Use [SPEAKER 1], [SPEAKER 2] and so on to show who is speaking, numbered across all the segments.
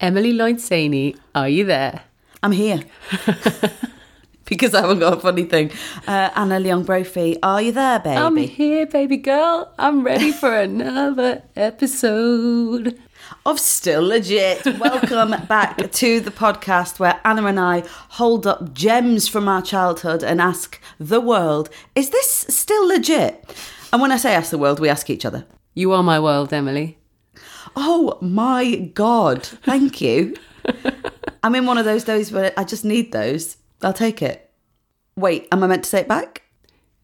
[SPEAKER 1] Emily Lloyd Saney, are you there?
[SPEAKER 2] I'm here. because I haven't got a funny thing. Uh, Anna Leong Brophy, are you there, baby?
[SPEAKER 1] I'm here, baby girl. I'm ready for another episode.
[SPEAKER 2] of Oh, Still Legit. Welcome back to the podcast where Anna and I hold up gems from our childhood and ask the world, is this still legit? And when I say ask the world, we ask each other.
[SPEAKER 1] You are my world, Emily.
[SPEAKER 2] Oh my God, thank you. I'm in one of those days where I just need those. I'll take it. Wait, am I meant to say it back?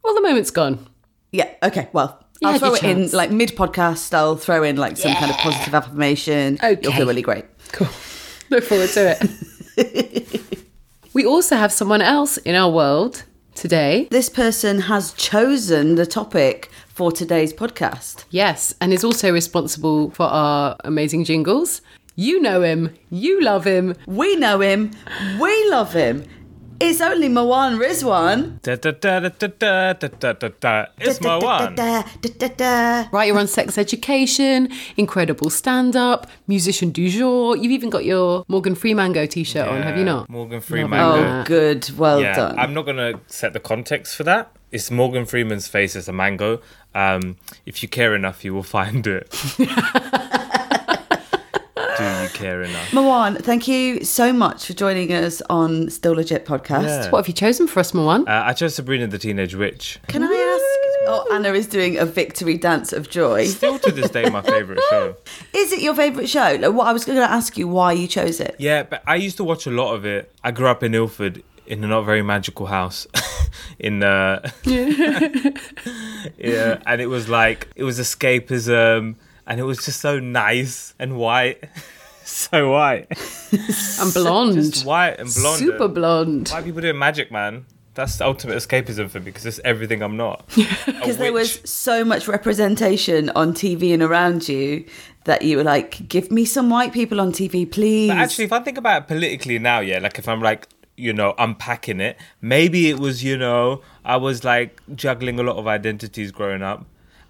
[SPEAKER 1] Well, the moment's gone.
[SPEAKER 2] Yeah, okay, well.
[SPEAKER 1] You
[SPEAKER 2] I'll
[SPEAKER 1] had
[SPEAKER 2] throw
[SPEAKER 1] your
[SPEAKER 2] it in
[SPEAKER 1] chance.
[SPEAKER 2] like mid podcast. I'll throw in like some kind of positive affirmation. You'll
[SPEAKER 1] Okay.
[SPEAKER 2] feel really great.
[SPEAKER 1] Cool. Look forward to it. we also have someone else in our world today.
[SPEAKER 2] This person has chosen the topic for today's podcast.
[SPEAKER 1] Yes, and is also responsible for our amazing jingles. You know him, you love him.
[SPEAKER 2] We know him, we love him. It's only Mawan Rizwan.
[SPEAKER 3] Da da da da da da da da da. It's my one.
[SPEAKER 2] Da, da, da, da, da.
[SPEAKER 1] Writer on sex education, incredible stand up, musician du jour. You've even got your Morgan Freemango t shirt on, have you not?
[SPEAKER 3] Morgan
[SPEAKER 1] Love
[SPEAKER 3] Freeman.
[SPEAKER 1] it.
[SPEAKER 2] Oh, good. Well
[SPEAKER 3] yeah,
[SPEAKER 2] done.
[SPEAKER 3] I'm not gonna set the context for that. It's Morgan Freeman's face as a mango. Um, if you care enough, you will find it. Do you care enough?
[SPEAKER 2] Mawan, thank you so much for joining us on Still Legit podcast.
[SPEAKER 3] Yeah.
[SPEAKER 1] Oh, What have you chosen for us, Mawan?
[SPEAKER 3] Uh, I chose Sabrina the Teenage Witch.
[SPEAKER 2] Can I ask? Oh, Anna is doing a victory dance of joy.
[SPEAKER 3] Still to this day, my favorite show.
[SPEAKER 2] Is it your favourite show? Like, what I was going to ask you why you chose it.
[SPEAKER 3] Yeah, but I used to watch a lot of it. I grew up in Ilford in a not very magical house. in uh Yeah, and it was like it was escapism and it was just so nice and white. so white.
[SPEAKER 1] I'm blonde.
[SPEAKER 3] Just white and blonde.
[SPEAKER 1] Super blonde.
[SPEAKER 3] Why are people doing magic, man? That's the ultimate escapism for me because it's everything I'm not.
[SPEAKER 2] Because there was so much representation on TV and around you that you were like, give me some white people on TV, please.
[SPEAKER 3] But actually, if I think about it politically now, yeah, like if I'm like, you know, unpacking it, maybe it was, you know, I was like juggling a lot of identities growing up.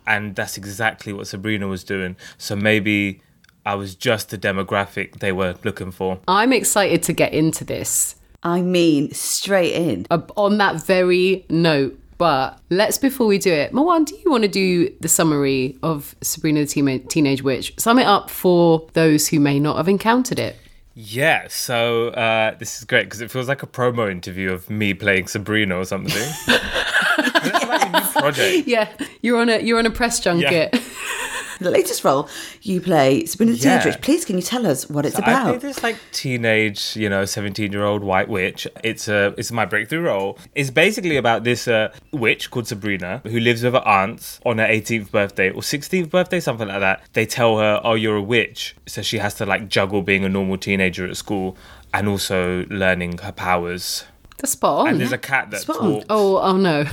[SPEAKER 3] And that's exactly what Sabrina was doing. So maybe I was just the demographic they were looking for.
[SPEAKER 1] I'm excited to get into this.
[SPEAKER 2] I mean, straight in.
[SPEAKER 1] uh, on that very note. But let's, before we do it, Mawan, do you want to do the summary of Sabrina the Teen- Teenage Witch? Sum it up for those who may not have encountered it.
[SPEAKER 3] Yeah, so uh, this is great because it feels like a promo interview of me playing Sabrina or something. That's like a new project.
[SPEAKER 1] Yeah, you're on a you're on a press junket.
[SPEAKER 2] The latest role you play, Sabrina the
[SPEAKER 3] Yeah.
[SPEAKER 2] Teenage Witch. Please, can you tell us what it's
[SPEAKER 3] I think
[SPEAKER 2] about?
[SPEAKER 3] this like teenage, you know, seventeen-year-old white witch. It's a it's my breakthrough role. It's basically about this uh, witch called Sabrina who lives with her aunts on her 18th birthday or 16th birthday, something like that. They tell her, "Oh, you're a witch," so she has to like juggle being a normal teenager at school and also learning her powers.
[SPEAKER 1] That's spot on.
[SPEAKER 3] And there's a cat that
[SPEAKER 2] Oh, Spot on.
[SPEAKER 3] talks.
[SPEAKER 1] oh, oh no.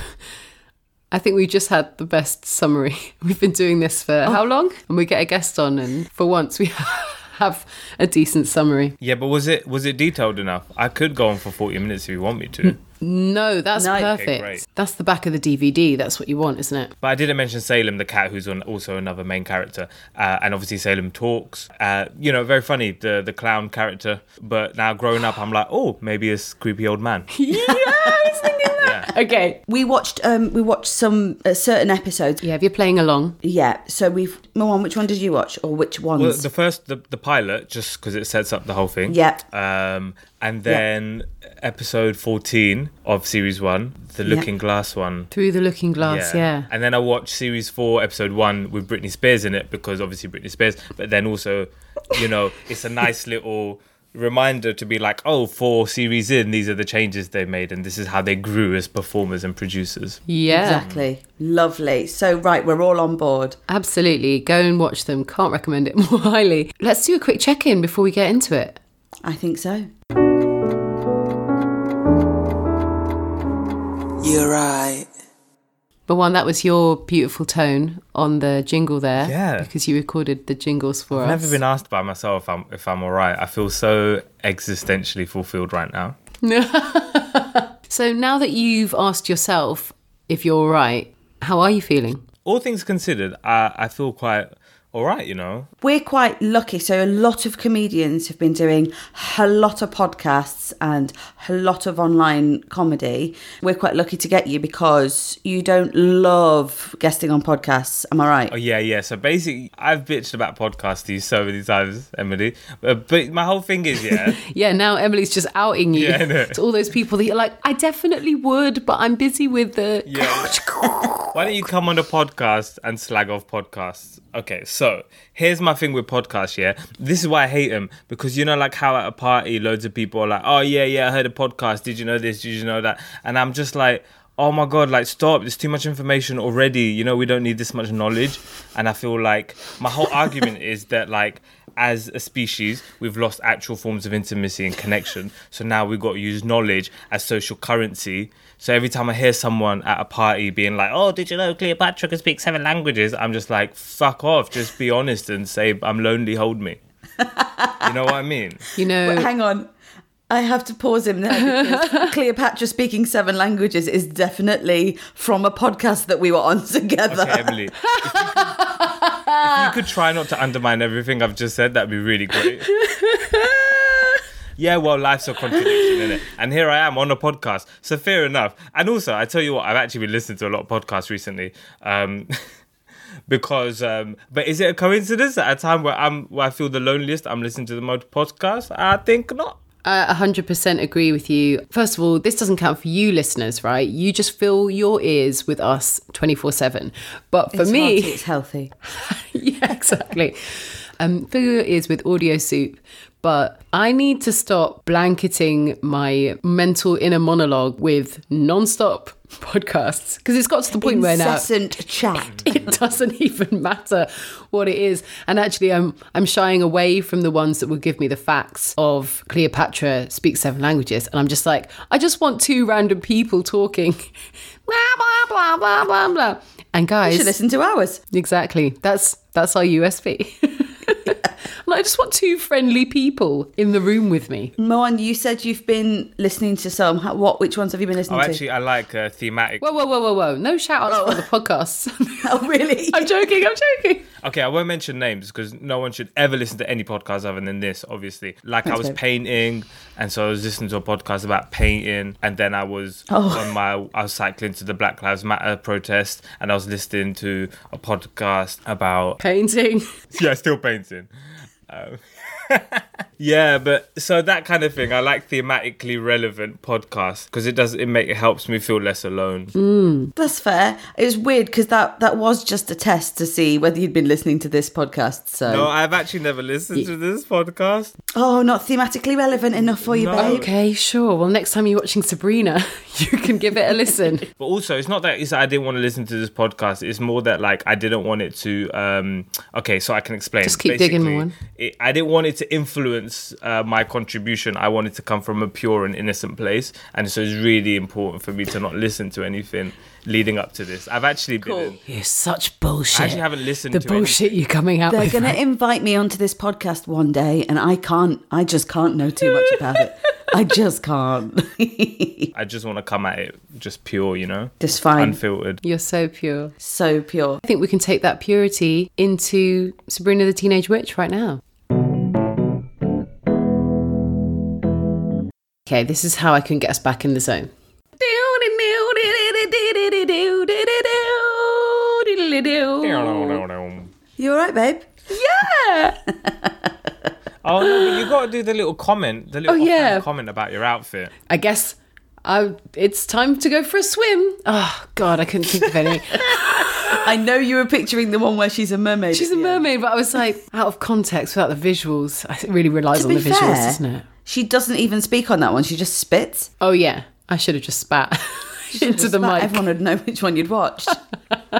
[SPEAKER 1] I think we just had the best summary. We've been doing this for how long? And we get a guest on, and for once we have a decent summary.
[SPEAKER 3] Yeah, but was it was it detailed enough? I could go on for 40 minutes if you want me to.
[SPEAKER 1] No, that's
[SPEAKER 2] No. Okay,
[SPEAKER 1] perfect.
[SPEAKER 3] great.
[SPEAKER 1] That's the back of the DVD. That's what you want, isn't it?
[SPEAKER 3] But I didn't mention Salem, the cat, who's on also another main character, uh, and obviously Salem talks. Uh, you know, very funny the the clown character. But now growing up, I'm like, oh, maybe it's creepy old man.
[SPEAKER 1] yeah, I was thinking that. Okay.
[SPEAKER 2] we watched um we watched some uh, certain episodes.
[SPEAKER 1] Yeah, if you're playing along,
[SPEAKER 2] Yeah. So we've Moan, which one did you watch or which ones?
[SPEAKER 3] Well, the first the, the pilot, just because it sets up the whole thing.
[SPEAKER 2] Yeah.
[SPEAKER 3] Um, and then episode 14 of series one, the Looking Glass one.
[SPEAKER 1] through the looking glass, yeah.
[SPEAKER 3] And then I watched series four, episode one with Britney Spears in it because obviously Britney Spears, but then also, you know, it's a nice little reminder to be like, oh, four series in, these are the changes they made and this is how they grew as performers and producers.
[SPEAKER 1] Yeah,
[SPEAKER 2] exactly. Lovely. So right, we're all on board.
[SPEAKER 1] absolutely. Go and watch them. Can't recommend it more highly. Let's do a quick check in before we get into it.
[SPEAKER 2] I think so.
[SPEAKER 4] You're right.
[SPEAKER 1] But one, that was your beautiful tone on the jingle there.
[SPEAKER 3] Yeah.
[SPEAKER 1] Because you recorded the jingles for
[SPEAKER 3] I've
[SPEAKER 1] us.
[SPEAKER 3] never been asked by myself if I'm, if I'm all right. I feel so existentially fulfilled right now.
[SPEAKER 1] So now that you've asked yourself if you're all right, how are you feeling?
[SPEAKER 3] All things considered, I, I feel quite all right, you know.
[SPEAKER 2] We're quite lucky. So, a lot of comedians have been doing a lot of podcasts and a lot of online comedy. We're quite lucky to get you because you don't love guesting on podcasts. Am I right?
[SPEAKER 3] Oh yeah, yeah. So basically, I've bitched about podcasting so many times, Emily. But, but my whole thing is, yeah,
[SPEAKER 1] Yeah, now Emily's just outing you
[SPEAKER 3] Yeah, I know.
[SPEAKER 1] to all those people that you're like, I definitely would, but I'm busy with the.
[SPEAKER 3] yeah. Why don't you come on the podcast and slag off podcasts? Okay, so here's my thing with podcasts, yeah. This is why I hate them because you know, like how at a party, loads of people are like, oh, yeah, yeah, I heard a podcast. Did you know this? Did you know that? And I'm just like, oh my God, like, stop. There's too much information already. You know, we don't need this much knowledge. And I feel like my whole argument is that, like, as a species, we've lost actual forms of intimacy and connection. So now we've got to use knowledge as social currency. So every time I hear someone at a party being like, oh, did you know Cleopatra could speak seven languages? I'm just like, fuck off. Just be honest and say, I'm lonely, hold me. you know what I mean?
[SPEAKER 1] You know,
[SPEAKER 2] But hang on. I have to pause him there because Cleopatra speaking seven languages is definitely from a podcast that we were on together.
[SPEAKER 3] Okay, Emily. If you, could, if you could try not to undermine everything I've just said, that'd be really great. Yeah, well, life's a contradiction, isn't it? And here I am on a podcast. So fair enough. And also, I tell you what, I've actually been listening to a lot of podcasts recently. Um, because, um, but is it a coincidence at a time where I'm where I feel the loneliest? I'm listening to the most podcasts. I think not.
[SPEAKER 1] I 100% agree with you. First of all, this doesn't count for you listeners, right? You just fill your ears with us 24 7. But for
[SPEAKER 2] It's
[SPEAKER 1] me.
[SPEAKER 2] hearty, it's healthy.
[SPEAKER 1] yeah, exactly. Um, fill your ears with audio soup. But I need to stop blanketing my mental inner monologue with non-stop podcasts because it's got to the point where now
[SPEAKER 2] Incessant chat.
[SPEAKER 1] it doesn't even matter what it is. And actually, I'm I'm shying away from the ones that will give me the facts of Cleopatra speaks seven languages, and I'm just like, I just want two random people talking, blah blah blah blah blah blah. And
[SPEAKER 2] You
[SPEAKER 1] guys,
[SPEAKER 2] should listen to ours.
[SPEAKER 1] Exactly. That's that's our USP. And I just want two friendly people in the room with me.
[SPEAKER 2] Moan, you said you've been listening to some. How- What? Which ones have you been
[SPEAKER 3] Oh,
[SPEAKER 2] listening
[SPEAKER 3] actually, I like uh, thematic.
[SPEAKER 1] Whoa, whoa, whoa, whoa, whoa! No shout outs for the podcasts.
[SPEAKER 2] to? Oh, really?
[SPEAKER 1] I'm joking. I'm joking.
[SPEAKER 3] Okay, I won't mention names because no one should ever listen to any podcast other than this, obviously. Like, I was
[SPEAKER 2] babe.
[SPEAKER 3] painting, and so I was listening to a podcast about painting, and then I was on my, I was cycling to the Black Lives Matter protest, and I was listening to a podcast about,
[SPEAKER 1] Painting.
[SPEAKER 3] yeah, still painting. Um, yeah, but so that kind of thing. I like thematically relevant podcasts because it does, it make, it helps me feel less alone.
[SPEAKER 2] That's fair. It was weird because that that was just a test to see whether you'd been listening to this podcast. So,
[SPEAKER 3] No, I've actually never listened to this podcast.
[SPEAKER 2] oh, not thematically relevant enough for you,
[SPEAKER 3] No.
[SPEAKER 2] babe.
[SPEAKER 1] Okay, sure. Well, next time you're watching Sabrina, you can give it a listen.
[SPEAKER 3] But also, it's not that it's that I didn't want to listen to this podcast. It's more that like I didn't want it to. um Okay, so I can explain.
[SPEAKER 1] Just keep digging,
[SPEAKER 3] Basically,
[SPEAKER 1] Moan.
[SPEAKER 3] It, I didn't want it to influence uh, my contribution. I wanted to come from a pure and innocent place, and so it's really important for me to not listen to anything leading up to this. I've actually been.
[SPEAKER 1] You're such
[SPEAKER 3] I
[SPEAKER 1] bullshit.
[SPEAKER 3] actually haven't listened
[SPEAKER 1] the
[SPEAKER 3] to
[SPEAKER 1] bullshit you're coming out
[SPEAKER 2] They're
[SPEAKER 1] with.
[SPEAKER 2] going to invite me onto this podcast one day, and I can't. I just can't know too much about it. I just can't.
[SPEAKER 3] Anything. I just want to come at it just pure, you know,
[SPEAKER 2] Just fine.
[SPEAKER 3] unfiltered.
[SPEAKER 1] You're so pure.
[SPEAKER 2] so pure.
[SPEAKER 1] I think we can take that purity into Sabrina the Teenage Witch right now. Okay, this is how I can get us back in the zone.
[SPEAKER 2] You all right, babe?
[SPEAKER 1] Yeah!
[SPEAKER 3] Oh no, but you got to do the little comment, the little
[SPEAKER 1] Oh,
[SPEAKER 3] offhand
[SPEAKER 1] yeah.
[SPEAKER 3] comment about your outfit.
[SPEAKER 1] I guess I, it's time to go for a swim. Oh, God, I couldn't think of any.
[SPEAKER 2] I know you were picturing the one where she's a mermaid.
[SPEAKER 1] She's a mermaid, but I was like, out of context without the visuals. It really relies
[SPEAKER 2] To
[SPEAKER 1] on
[SPEAKER 2] be
[SPEAKER 1] the visuals,
[SPEAKER 2] fair,
[SPEAKER 1] doesn't it?
[SPEAKER 2] she doesn't even speak on that one. She just spits
[SPEAKER 1] Oh, yeah. I should have just spat into the
[SPEAKER 2] Just that
[SPEAKER 1] mic.
[SPEAKER 2] Everyone would know which one you'd watched.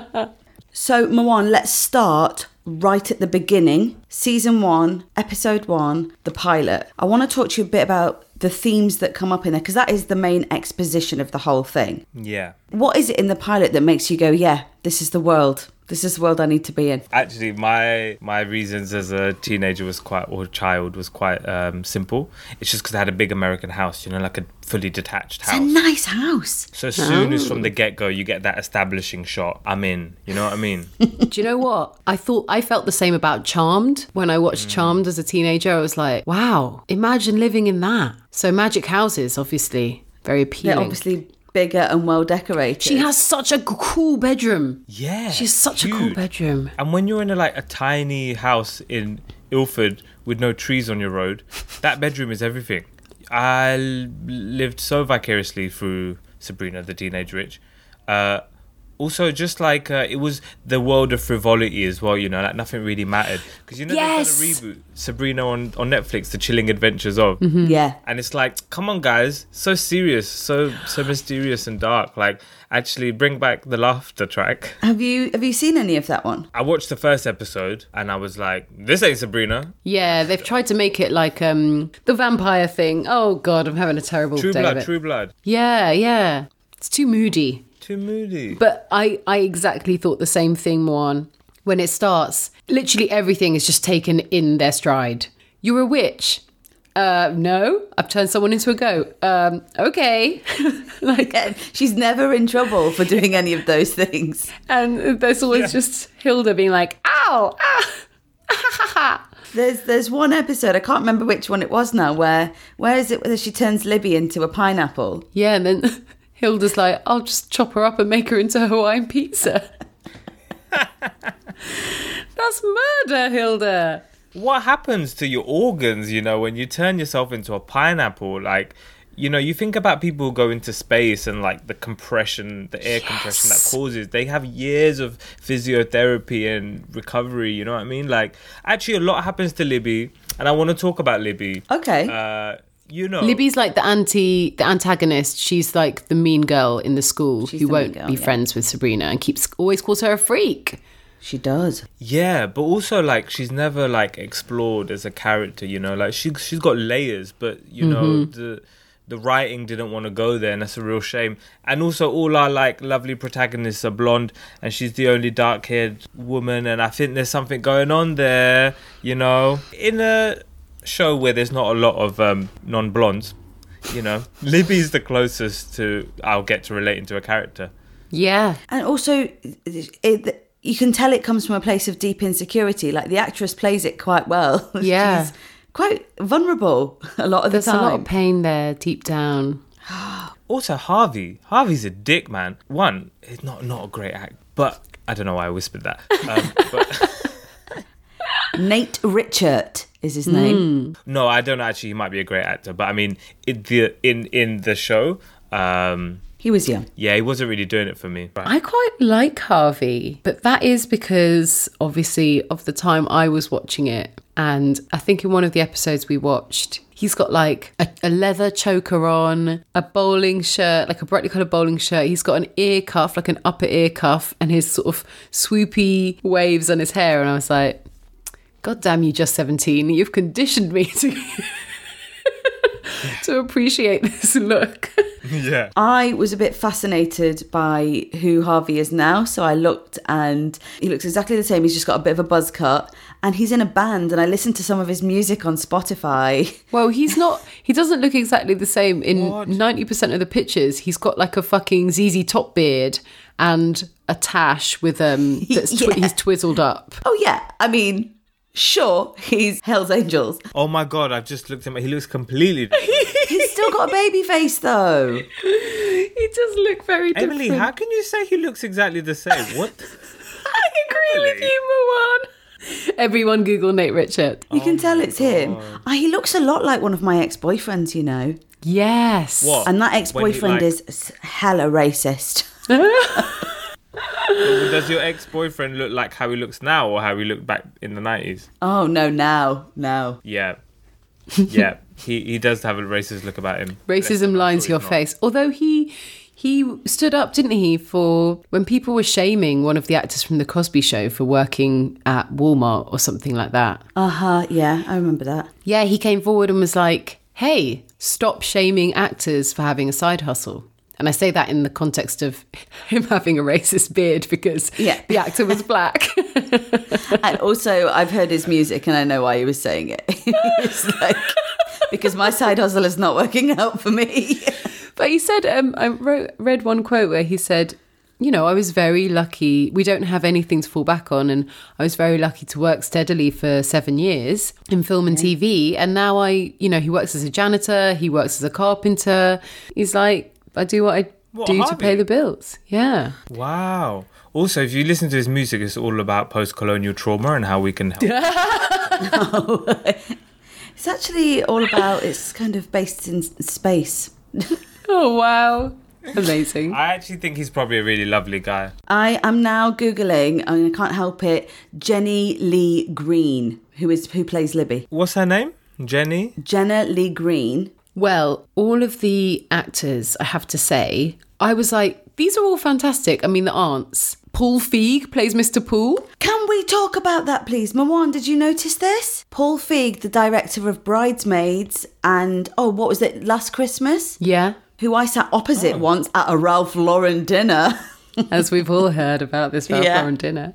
[SPEAKER 2] so, Moan, let's start right at the beginning. Season one, episode one, the pilot. I want to talk to you a bit about the themes that come up in there because that is the main exposition of the whole thing.
[SPEAKER 3] Yeah.
[SPEAKER 2] What is it in the pilot that makes you go, yeah, this is the world? This is the world I need to be in.
[SPEAKER 3] actually my my reasons as a teenager was quite or child was quite um, simple it's just because i had a big american house you know like a fully detached
[SPEAKER 2] It's a
[SPEAKER 3] house
[SPEAKER 2] nice house.
[SPEAKER 3] so as soon as from the get-go you get that establishing shot i'm in you know what i mean
[SPEAKER 1] Do you know what? I thought I felt the same about Charmed. When I
[SPEAKER 3] Mm.
[SPEAKER 1] watched Charmed as a teenager, I was like, wow, imagine living in that. So magic houses, obviously, very appealing.
[SPEAKER 2] They're obviously bigger and well decorated.
[SPEAKER 1] she has such a g- cool bedroom.
[SPEAKER 3] yeah
[SPEAKER 1] She has such a cool
[SPEAKER 3] huge.
[SPEAKER 1] bedroom.
[SPEAKER 3] and when you're in a like a tiny house in ilford with no trees on your road that bedroom is everything I l- lived so vicariously through sabrina the teenage witch uh also, just like uh, it was the world of frivolity as well, you know, like nothing really mattered because you know
[SPEAKER 1] Yes.
[SPEAKER 3] they've done a reboot, Sabrina on, on Netflix, The Chilling Adventures of,
[SPEAKER 2] yeah.
[SPEAKER 3] and it's like, come on, guys, so serious, so so mysterious and dark. Like, actually, bring back the laughter track.
[SPEAKER 2] Have you have you seen any of that one?
[SPEAKER 3] I watched the first episode and I was like, this ain't Sabrina.
[SPEAKER 1] Yeah, they've tried to make it like um the vampire thing. Oh god, I'm having a terrible
[SPEAKER 3] True
[SPEAKER 1] day
[SPEAKER 3] blood,
[SPEAKER 1] of it.
[SPEAKER 3] true blood.
[SPEAKER 1] Yeah, yeah. It's too moody.
[SPEAKER 3] Too moody.
[SPEAKER 1] But I, I exactly thought the same thing, Moan. When it starts, literally everything is just taken in their stride. You're a witch. Uh, no, I've turned someone into a goat. Um, okay. like,
[SPEAKER 2] Yeah, she's never in trouble for doing any of those things.
[SPEAKER 1] and there's always just Hilda being like, ow, ah.
[SPEAKER 2] There's there's one episode I can't remember which one it was now where where is it where she turns Libby into a pineapple?
[SPEAKER 1] Yeah, and then Hilda's like, I'll just chop her up and make her into Hawaiian pizza. That's murder, Hilda.
[SPEAKER 3] what happens to your organs, you know, when you turn yourself into a pineapple? Like, you know, you think about people who go into space and like the compression, the air compression that causes. They have years of physiotherapy and recovery, you know what I mean? Like, actually, a lot happens to Libby, and I want to talk about Libby.
[SPEAKER 2] Okay.
[SPEAKER 3] Uh, you
[SPEAKER 2] Oh.
[SPEAKER 3] know,
[SPEAKER 1] Libby's like the anti the antagonist. She's like the mean girl in the school
[SPEAKER 2] She's
[SPEAKER 1] who
[SPEAKER 2] the mean
[SPEAKER 1] won't
[SPEAKER 2] girl,
[SPEAKER 1] be
[SPEAKER 2] yeah.
[SPEAKER 1] friends with Sabrina and keeps always calls her a freak.
[SPEAKER 2] she does.
[SPEAKER 3] Yeah, but also like she's never like explored as a character, you know. Like she she's got layers, but you know the the writing didn't want to go there, and that's a real shame. And also, all our like lovely protagonists are blonde, and she's the only dark haired woman, and I think there's something going on there, you know. In a show where there's not a lot of um, non blondes, you know, Libby's the closest to I'll get to relating to a character.
[SPEAKER 1] Yeah.
[SPEAKER 2] And also, it, you can tell it comes from a place of deep insecurity. Like the actress plays it quite well.
[SPEAKER 1] Yeah.
[SPEAKER 2] She's quite vulnerable a lot of
[SPEAKER 1] There's
[SPEAKER 2] the
[SPEAKER 1] a
[SPEAKER 2] time.
[SPEAKER 1] lot of pain there deep down.
[SPEAKER 3] Also, Harvey. Harvey's a dick, man. One, he's not not a great act, but I don't know why I whispered that. Um, but
[SPEAKER 2] Nate Richard is his
[SPEAKER 1] Hmm.
[SPEAKER 2] name.
[SPEAKER 3] no, I don't actually. He might be a great actor, but I mean, in the in in the show, um,
[SPEAKER 2] He was young.
[SPEAKER 3] yeah, he wasn't really doing it for me.
[SPEAKER 1] I quite like Harvey, but that is because obviously of the time I was watching it. And I think in one of the episodes we watched, he's got like a, a leather choker on, a bowling shirt, like a brightly coloured bowling shirt. He's got an ear cuff, like an upper ear cuff, and his sort of swoopy waves on his hair. And I was like, God damn you, just 17. You've conditioned me to. To appreciate this look.
[SPEAKER 3] yeah,
[SPEAKER 2] I was a bit fascinated by who Harvey is now, so I looked and he looks exactly the same. He's just got a bit of a buzz cut and he's in a band and I listened to some of his music on Spotify.
[SPEAKER 1] Well, he's not. He doesn't look exactly the same
[SPEAKER 3] What?
[SPEAKER 1] in ninety percent of the pictures. He's got like a fucking ZZ Top beard and a tash with um that's twi-
[SPEAKER 2] Yeah.
[SPEAKER 1] he's twizzled up.
[SPEAKER 2] Oh yeah, I mean, sure, he's Hell's Angels.
[SPEAKER 3] Oh my god, I've just looked at him. He looks completely. different.
[SPEAKER 2] He's still got a baby face though.
[SPEAKER 1] He does look very
[SPEAKER 3] Emily, how can you say he looks exactly the same? What?
[SPEAKER 1] I agree
[SPEAKER 3] with Really?
[SPEAKER 1] you, Moan. Everyone, Google Nate Richard.
[SPEAKER 2] You
[SPEAKER 3] Oh
[SPEAKER 2] can tell it's him. Ah, he looks a lot like one of my ex-boyfriends, you know.
[SPEAKER 1] Yes.
[SPEAKER 3] What?
[SPEAKER 2] And that
[SPEAKER 3] When he,
[SPEAKER 2] ex-boyfriend
[SPEAKER 3] like-
[SPEAKER 2] is s- hella racist.
[SPEAKER 3] Does your ex-boyfriend look like how he looks now, or how he looked back in the nineties?
[SPEAKER 2] Oh no, now, now.
[SPEAKER 3] Yeah, yeah. He he does have a racist look about him. Bless him,
[SPEAKER 1] Racism
[SPEAKER 3] I'm
[SPEAKER 1] lines
[SPEAKER 3] sure
[SPEAKER 1] your
[SPEAKER 3] he's not.
[SPEAKER 1] face. Although he he stood up, didn't he, for when people were shaming one of the actors from the Cosby Show for working at Walmart or something like that.
[SPEAKER 2] Uh-huh, yeah, I remember that.
[SPEAKER 1] Yeah, he came forward and was like, hey, stop shaming actors for having a side hustle. And I say that in the context of him having a racist beard because
[SPEAKER 2] Yeah.
[SPEAKER 1] the actor was black.
[SPEAKER 2] And also, I've heard his music, and I know why he was saying it. it's like because my side hustle is not working out for me.
[SPEAKER 1] But he said, um, I wrote, read one quote where he said, you know, I was very lucky. We don't have anything to fall back on. And I was very lucky to work steadily for seven years in film and TV. And now I, you know, he works as a janitor, he works as a carpenter. He's like, I do what I
[SPEAKER 3] What,
[SPEAKER 1] do to
[SPEAKER 3] Harvey?
[SPEAKER 1] pay the bills. Yeah.
[SPEAKER 3] Wow. Also, if you listen to his music, it's all about post-colonial trauma and how we can help.
[SPEAKER 2] It's actually all about. It's kind of based in space.
[SPEAKER 1] Oh, wow. Amazing.
[SPEAKER 3] I actually think he's probably a really lovely guy.
[SPEAKER 2] I am now googling, and I can't help it. Jenny Lee Green, who is who plays Libby.
[SPEAKER 3] What's her name? Jenny?
[SPEAKER 2] Jenna Lee Green.
[SPEAKER 1] Well, all of the actors, I have to say, I was like, these are all fantastic. I mean, the aunts. Paul Feig plays Mr. Poole.
[SPEAKER 2] Can we talk about that, please? Mawan, did you notice this? Paul Feig, the director of Bridesmaids and, oh, what was it, Last Christmas?
[SPEAKER 1] Yeah,
[SPEAKER 2] Who I sat opposite once at a Ralph Lauren dinner.
[SPEAKER 1] as we've all heard about this Ralph
[SPEAKER 2] Yeah.
[SPEAKER 1] Lauren dinner.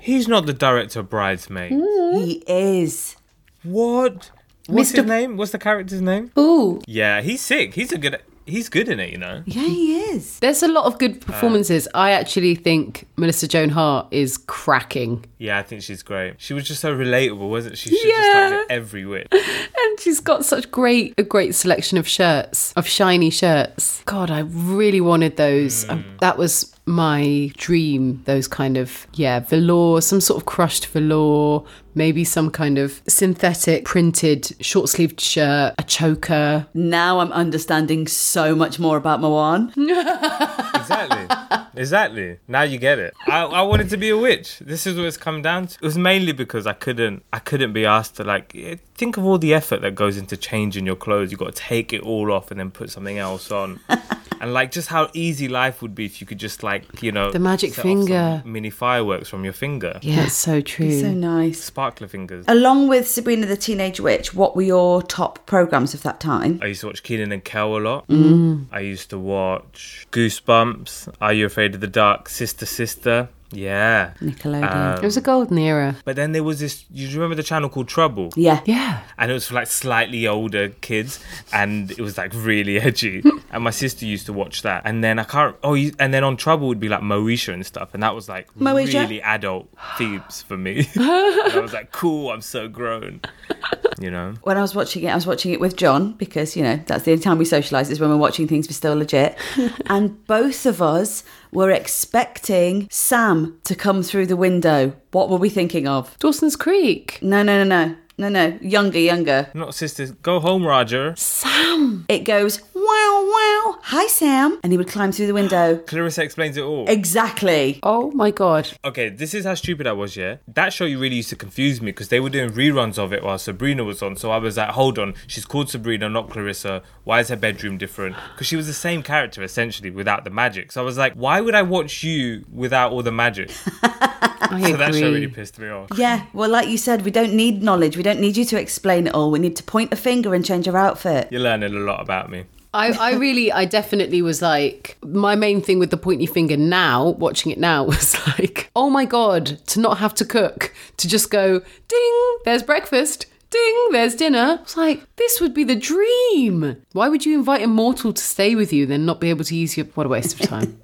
[SPEAKER 3] He's not the director of Bridesmaid.
[SPEAKER 1] Hmm?
[SPEAKER 2] he is.
[SPEAKER 3] What? What's his
[SPEAKER 1] Mr.
[SPEAKER 3] name? What's the character's name?
[SPEAKER 1] Ooh,
[SPEAKER 3] Yeah, he's sick. He's a good. He's good in it, you know.
[SPEAKER 2] Yeah, he is.
[SPEAKER 1] there's a lot of good performances. I actually think Melissa Joan Hart is cracking.
[SPEAKER 3] Yeah, I think she's great. She was just so relatable, wasn't she? She was just
[SPEAKER 1] Yeah.
[SPEAKER 3] like every wit.
[SPEAKER 1] And she's got such great a great selection of shirts, of shiny shirts. God, I really wanted those. I- that was my dream, those kind of yeah, velour, some sort of crushed velour, maybe some kind of synthetic printed short-sleeved shirt, a choker.
[SPEAKER 2] Now I'm understanding so much more about Mawan.
[SPEAKER 3] Exactly. exactly. Now you get it. I, I wanted to be a witch. This is what it's come down to. It was mainly because I couldn't. I couldn't be asked to like. eh, Think of all the effort that goes into changing your clothes. You got to take it all off and then put something else on. And like just how easy life would be if you could just like you know
[SPEAKER 1] The magic
[SPEAKER 3] set off some
[SPEAKER 1] finger.
[SPEAKER 3] mini fireworks from your finger
[SPEAKER 1] Yeah, it's so true.
[SPEAKER 2] So nice.
[SPEAKER 3] sparkler fingers.
[SPEAKER 2] Along with Sabrina the Teenage Witch, what were your top programs of that time?
[SPEAKER 3] I used to watch Keenan and Kel a lot. Mm. I used to watch Goosebumps. Are you afraid of the dark? Sister, sister. Yeah. Um,
[SPEAKER 2] Nickelodeon.
[SPEAKER 1] it was a golden era.
[SPEAKER 3] But then there was this. You remember the channel called Trouble?
[SPEAKER 2] yeah.
[SPEAKER 1] Yeah.
[SPEAKER 3] And it was for like slightly older kids, and it was like really edgy. and my sister used to watch that. And then I can't. Oh, you, and then on Trouble would be like Moesha and stuff, and that was like
[SPEAKER 2] Moesha?
[SPEAKER 3] really adult themes for me. And I was like, cool. I'm so grown. You know.
[SPEAKER 2] when I was watching it, I was watching it with John because, you know, that's the only time we socialise is when we're watching things we're still legit. and both of us were expecting Sam to come through the window. What were we thinking of?
[SPEAKER 1] Dawson's Creek.
[SPEAKER 2] No, no, no, no. No, no. Younger, younger.
[SPEAKER 3] Not sisters. Go home, Roger.
[SPEAKER 1] Sam.
[SPEAKER 2] It goes, wow, wow. Hi, Sam. And he would climb through the window.
[SPEAKER 3] Clarissa explains it all.
[SPEAKER 2] Exactly.
[SPEAKER 1] Oh my god.
[SPEAKER 3] Okay, this is how stupid I was, yeah? That show you really used to confuse me because they were doing reruns of it while Sabrina was on. So I was like, hold on, she's called Sabrina, not Clarissa. Why is her bedroom different? Because she was the same character, essentially, without the magic. So I was like, why would I watch you without all the magic? So
[SPEAKER 1] I agree.
[SPEAKER 3] that show really pissed me off.
[SPEAKER 2] Yeah, well, like you said, we don't need knowledge. We don't need you to explain it all. We need to point a finger and change our outfit.
[SPEAKER 3] You're learning a lot about me.
[SPEAKER 1] I, I really, I definitely was like, my main thing with the pointy finger now, watching it now, was like, oh my God, to not have to cook, to just go, ding, there's breakfast, ding, there's dinner. It's like, this would be the dream. Why would you invite a mortal to stay with you, then not be able to use your, what a waste of time.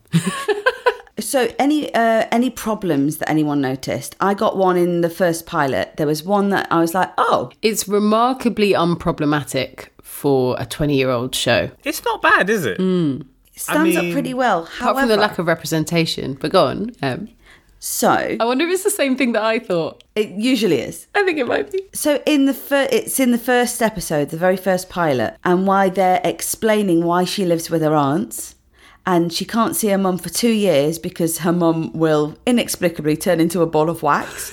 [SPEAKER 2] So, any uh, any problems that anyone noticed? I got one in the first pilot. There was one that I was like, "Oh,
[SPEAKER 1] it's remarkably unproblematic for a 20 year old show,
[SPEAKER 3] It's not bad, is it?
[SPEAKER 2] it stands up
[SPEAKER 3] mean,
[SPEAKER 2] pretty well."
[SPEAKER 1] apart from the
[SPEAKER 2] However,
[SPEAKER 1] lack of representation. But go on. Um,
[SPEAKER 2] so
[SPEAKER 1] I wonder if it's the same thing that I thought.
[SPEAKER 2] it usually is.
[SPEAKER 1] I think it might be.
[SPEAKER 2] So, in the fir- it's in the first episode, the very first pilot, and why they're explaining why she lives with her aunts. And she can't see her mum for two years because her mum will inexplicably turn into a ball of wax.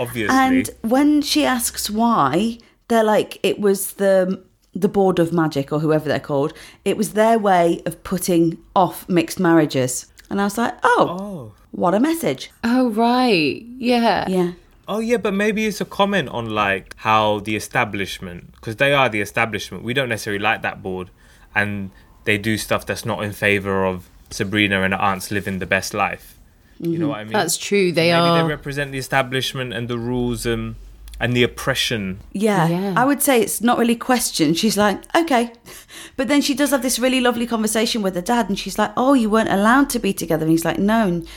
[SPEAKER 3] Obviously.
[SPEAKER 2] And when she asks why, they're like, it was the the board of magic or whoever they're called. It was their way of putting off mixed marriages. And I was like, oh, what a message.
[SPEAKER 1] Oh, right. Yeah.
[SPEAKER 2] Yeah.
[SPEAKER 3] Oh yeah, but maybe it's a comment on like how the establishment, because they are the establishment. We don't necessarily like that board, and they do stuff that's not in favor of Sabrina and her aunts living the best life. You know what I mean?
[SPEAKER 1] Mm-hmm. That's true. They
[SPEAKER 3] Maybe
[SPEAKER 1] are.
[SPEAKER 3] they represent the establishment and the rules and and the oppression.
[SPEAKER 2] Yeah,
[SPEAKER 1] Yeah.
[SPEAKER 2] I would say it's not really questioned. She's like, okay. But then she does have this really lovely conversation with her dad, and she's like, oh, you weren't allowed to be together. And he's like, no. And,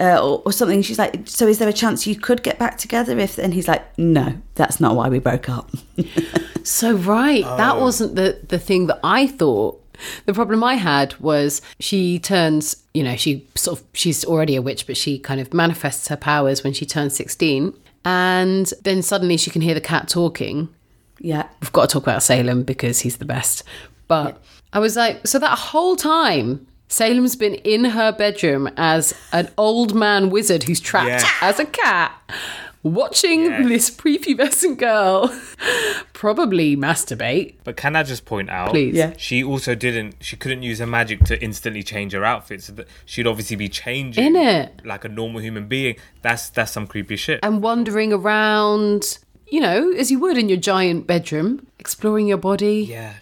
[SPEAKER 2] uh, or, or something. She's like, so is there a chance you could get back together if. And he's like, no, that's not why we broke up.
[SPEAKER 1] So right, that wasn't the the thing that I thought. The problem I had was she turns, you know, she sort of she's already a witch, but she kind of manifests her powers when she turns 16 and then suddenly she can hear the cat talking.
[SPEAKER 2] yeah.
[SPEAKER 1] We've got to talk about Salem because he's the best. But I was like, so that whole time Salem's been in her bedroom as an old man wizard who's trapped
[SPEAKER 3] Yeah.
[SPEAKER 1] as a cat. Watching
[SPEAKER 3] Yes.
[SPEAKER 1] this prepubescent girl probably masturbate
[SPEAKER 3] But can I just point out?
[SPEAKER 1] Please.
[SPEAKER 2] Yeah.
[SPEAKER 3] She also didn't. She couldn't use her magic to instantly change her outfit. So that she'd obviously be changing
[SPEAKER 1] Innit?
[SPEAKER 3] like a normal human being. That's that's some creepy shit.
[SPEAKER 1] and wandering around, you know, as you would in your giant bedroom, exploring your body.
[SPEAKER 3] yeah.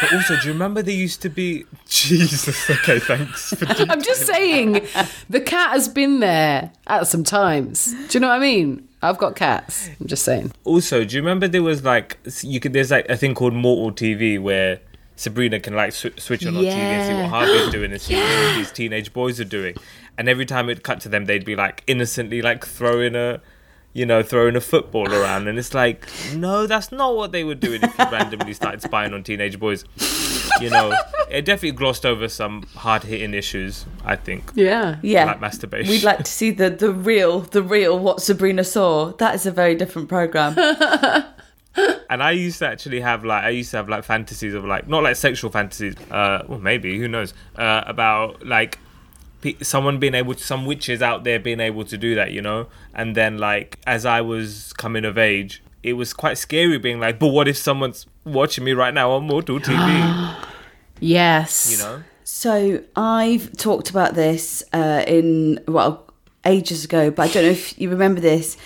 [SPEAKER 3] But also, do you remember there used to be Jesus? Okay, thanks. For
[SPEAKER 1] I'm just saying, the cat has been there at some times. Do you know what I mean? I've got cats. I'm just saying.
[SPEAKER 3] Also, do you remember there was like s- you could there's like a thing called Mortal TV where Sabrina can like sw- switch on on TV and see
[SPEAKER 1] Yeah.
[SPEAKER 3] what Harvey's doing and see what these teenage boys are doing, and every time it cut to them, they'd be like innocently like throwing a. You know, throwing a football around, and it's like, no, that's not what they were doing if you randomly started spying on teenage boys. You know, it definitely glossed over some hard hitting issues, I think.
[SPEAKER 1] Yeah.
[SPEAKER 2] Yeah.
[SPEAKER 3] Like masturbation.
[SPEAKER 2] We'd like to see the, the real, the real what Sabrina saw. That is a very different program.
[SPEAKER 3] And I used to actually have like I used to have like fantasies of like not like sexual fantasies, uh, well maybe who knows uh, about like pe- someone being able to some witches out there being able to do that, you know. And then like as I was coming of age, it was quite scary being like, but what if someone's watching me right now on Mortal TV,
[SPEAKER 1] Yes.
[SPEAKER 3] you know?
[SPEAKER 2] So I've talked about this uh, in well ages ago, but I don't know if you remember this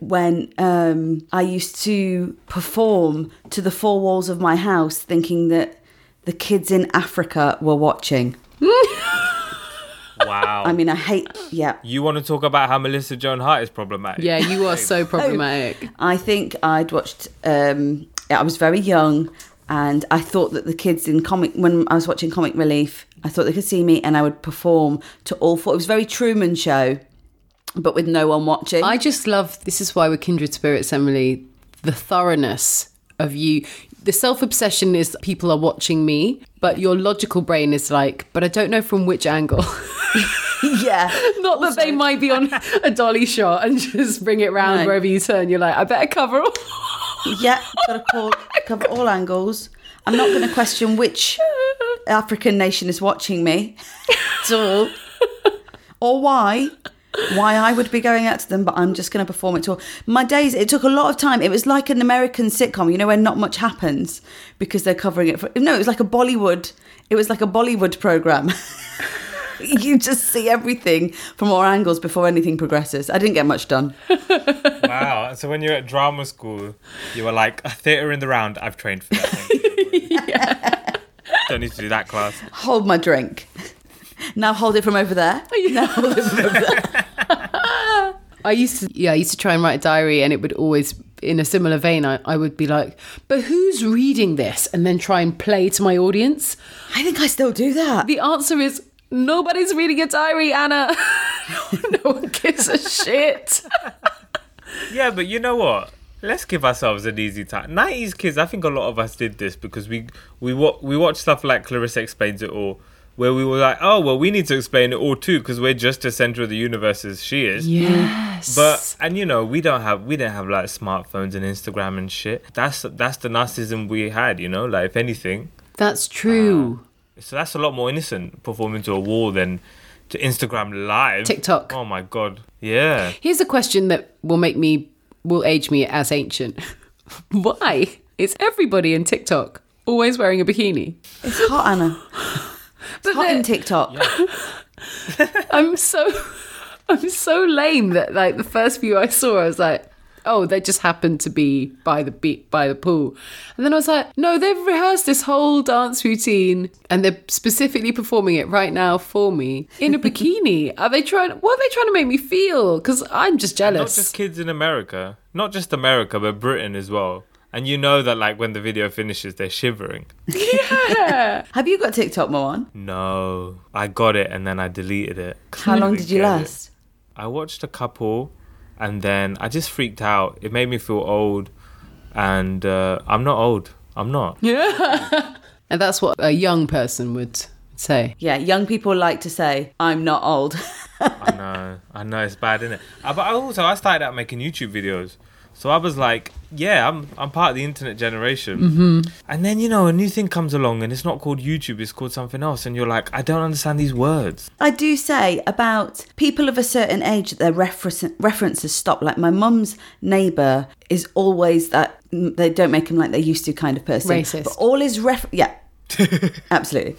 [SPEAKER 2] when um, I used to perform to the four walls of my house, thinking that the kids in Africa were watching.
[SPEAKER 3] Wow.
[SPEAKER 2] I mean, I hate. Yeah,
[SPEAKER 3] you want to talk about how Melissa Joan Hart is problematic?
[SPEAKER 1] Yeah, you are so problematic.
[SPEAKER 2] I think I'd watched. Um, I was very young, and I thought that the kids in comic when I was watching Comic Relief, I thought they could see me, and I would perform to all four. It was very Truman Show, but with no one watching.
[SPEAKER 1] I just love this is why we're kindred spirits, Emily. The thoroughness of you. The self obsession is people are watching me, but your logical brain is like, but I don't know from which angle.
[SPEAKER 2] yeah.
[SPEAKER 1] Not that they might be on a dolly shot and just bring it round
[SPEAKER 2] No.
[SPEAKER 1] wherever you turn. You're like, I better cover all.
[SPEAKER 2] Yeah, gotta call, cover all angles. I'm not going to question which African nation is watching me at all, or why, why I would be going out to them. But I'm just going to perform it to all. My days. It took a lot of time. It was like an American sitcom, you know, where not much happens because they're covering it for. No, it was like a Bollywood. It was like a Bollywood program. you just see everything from all angles before anything progresses. I didn't get much done.
[SPEAKER 3] Wow. So when you're at drama school, you were like a theatre in the round. I've trained for that. Thank you. Don't need to do that class.
[SPEAKER 2] hold my drink. Now hold it from over there. Now hold it from over there.
[SPEAKER 1] I used to, yeah, I used to try and write a diary, and it would always, in a similar vein, I, I would be like, but who's reading this? And then try and play to my audience.
[SPEAKER 2] I think I still do that.
[SPEAKER 1] The answer is nobody's reading a diary, Anna. no one gives a shit.
[SPEAKER 3] Yeah, but you know what? Let's give ourselves an easy time. Nineties kids, I think a lot of us did this because we we wa- we watched stuff like Clarissa explains it all, where we were like, oh well, we need to explain it all too because we're just as central of the universe as she is.
[SPEAKER 1] Yes.
[SPEAKER 3] But and you know we don't have we didn't have like smartphones and Instagram and shit. That's that's the narcissism we had, you know. Like if anything,
[SPEAKER 1] that's true.
[SPEAKER 3] so that's a lot more innocent performing to a wall than to Instagram live,
[SPEAKER 1] TikTok.
[SPEAKER 3] Oh my god, yeah.
[SPEAKER 1] Here's a question that will make me, will age me as ancient. Why is everybody in TikTok always wearing a bikini?
[SPEAKER 2] It's hot, Anna.
[SPEAKER 1] But
[SPEAKER 2] Hot in
[SPEAKER 1] they're-
[SPEAKER 2] TikTok.
[SPEAKER 1] I'm so I'm so lame that like the first few I saw, I was like, oh, they just happened to be by the beat by the pool. And then I was like, no, they've rehearsed this whole dance routine and they're specifically performing it right now for me in a bikini. are they trying what are they trying to make me feel? Because I'm just
[SPEAKER 3] Not
[SPEAKER 1] jealous.
[SPEAKER 3] just kids in America, not just America, but Britain as well. And you know that, like, when the video finishes, they're shivering.
[SPEAKER 2] Have you got TikTok, Moan?
[SPEAKER 3] No, I got it and then I deleted it. 'cause
[SPEAKER 2] How
[SPEAKER 3] I
[SPEAKER 2] long
[SPEAKER 3] didn't
[SPEAKER 2] did you
[SPEAKER 3] get it.
[SPEAKER 2] last?
[SPEAKER 3] I watched a couple and then I just freaked out. It made me feel old. And uh, I'm not old. I'm not.
[SPEAKER 1] and that's what a young person would say.
[SPEAKER 2] Yeah, young people like to say, I'm not old.
[SPEAKER 3] I know. I know it's bad, isn't it? But I also, I started out making YouTube videos. So I was like, yeah, I'm I'm part of the internet generation. Mm-hmm. And then you know a new thing comes along, and it's not called YouTube; it's called something else. And you're like, I don't understand these words.
[SPEAKER 2] I do say about people of a certain age that their reference, references stop. Like my mum's neighbour is always that mm, they don't make him like they used to kind of person.
[SPEAKER 1] Racist.
[SPEAKER 2] But all his ref yeah. Absolutely.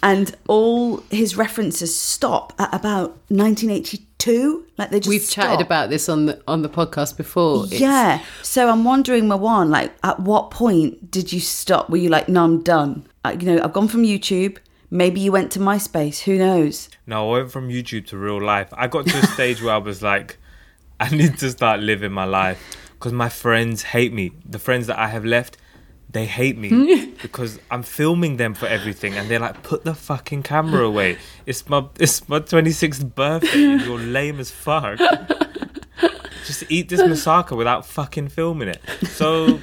[SPEAKER 2] And all his references stop at about 1982. Like they just
[SPEAKER 1] We've chatted
[SPEAKER 2] stop.
[SPEAKER 1] about this on the on the podcast before. It's-
[SPEAKER 2] Yeah. So I'm wondering, Mawan, like, at what point did you stop? Were you like, no, I'm done? Uh, you know, I've gone from YouTube. Maybe you went to MySpace. Who knows?
[SPEAKER 3] No, I went from YouTube to real life. I got to a stage where I was like, I need to start living my life because my friends hate me. The friends that I have left, they hate me because I'm filming them for everything, and they're like, "Put the fucking camera away! It's my it's my 26th birthday, and you're lame as fuck." Just eat this masaka without fucking filming it. So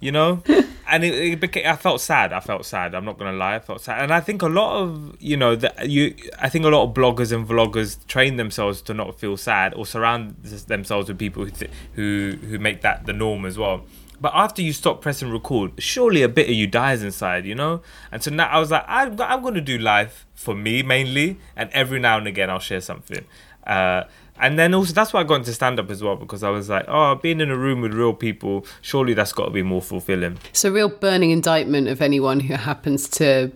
[SPEAKER 3] you know and it, it became i felt sad i felt sad i'm not gonna lie i felt sad and i think a lot of you know that you i think a lot of bloggers and vloggers train themselves to not feel sad or surround th- themselves with people who th- who who make that the norm as well but after you stop pressing record surely a bit of you dies inside you know and so now i was like I, i'm gonna do life for me mainly and every now and again i'll share something uh, and then also that's why I got into stand up as well because I was like, oh, being in a room with real people, surely that's got to be more fulfilling.
[SPEAKER 1] It's a real burning indictment of anyone who happens to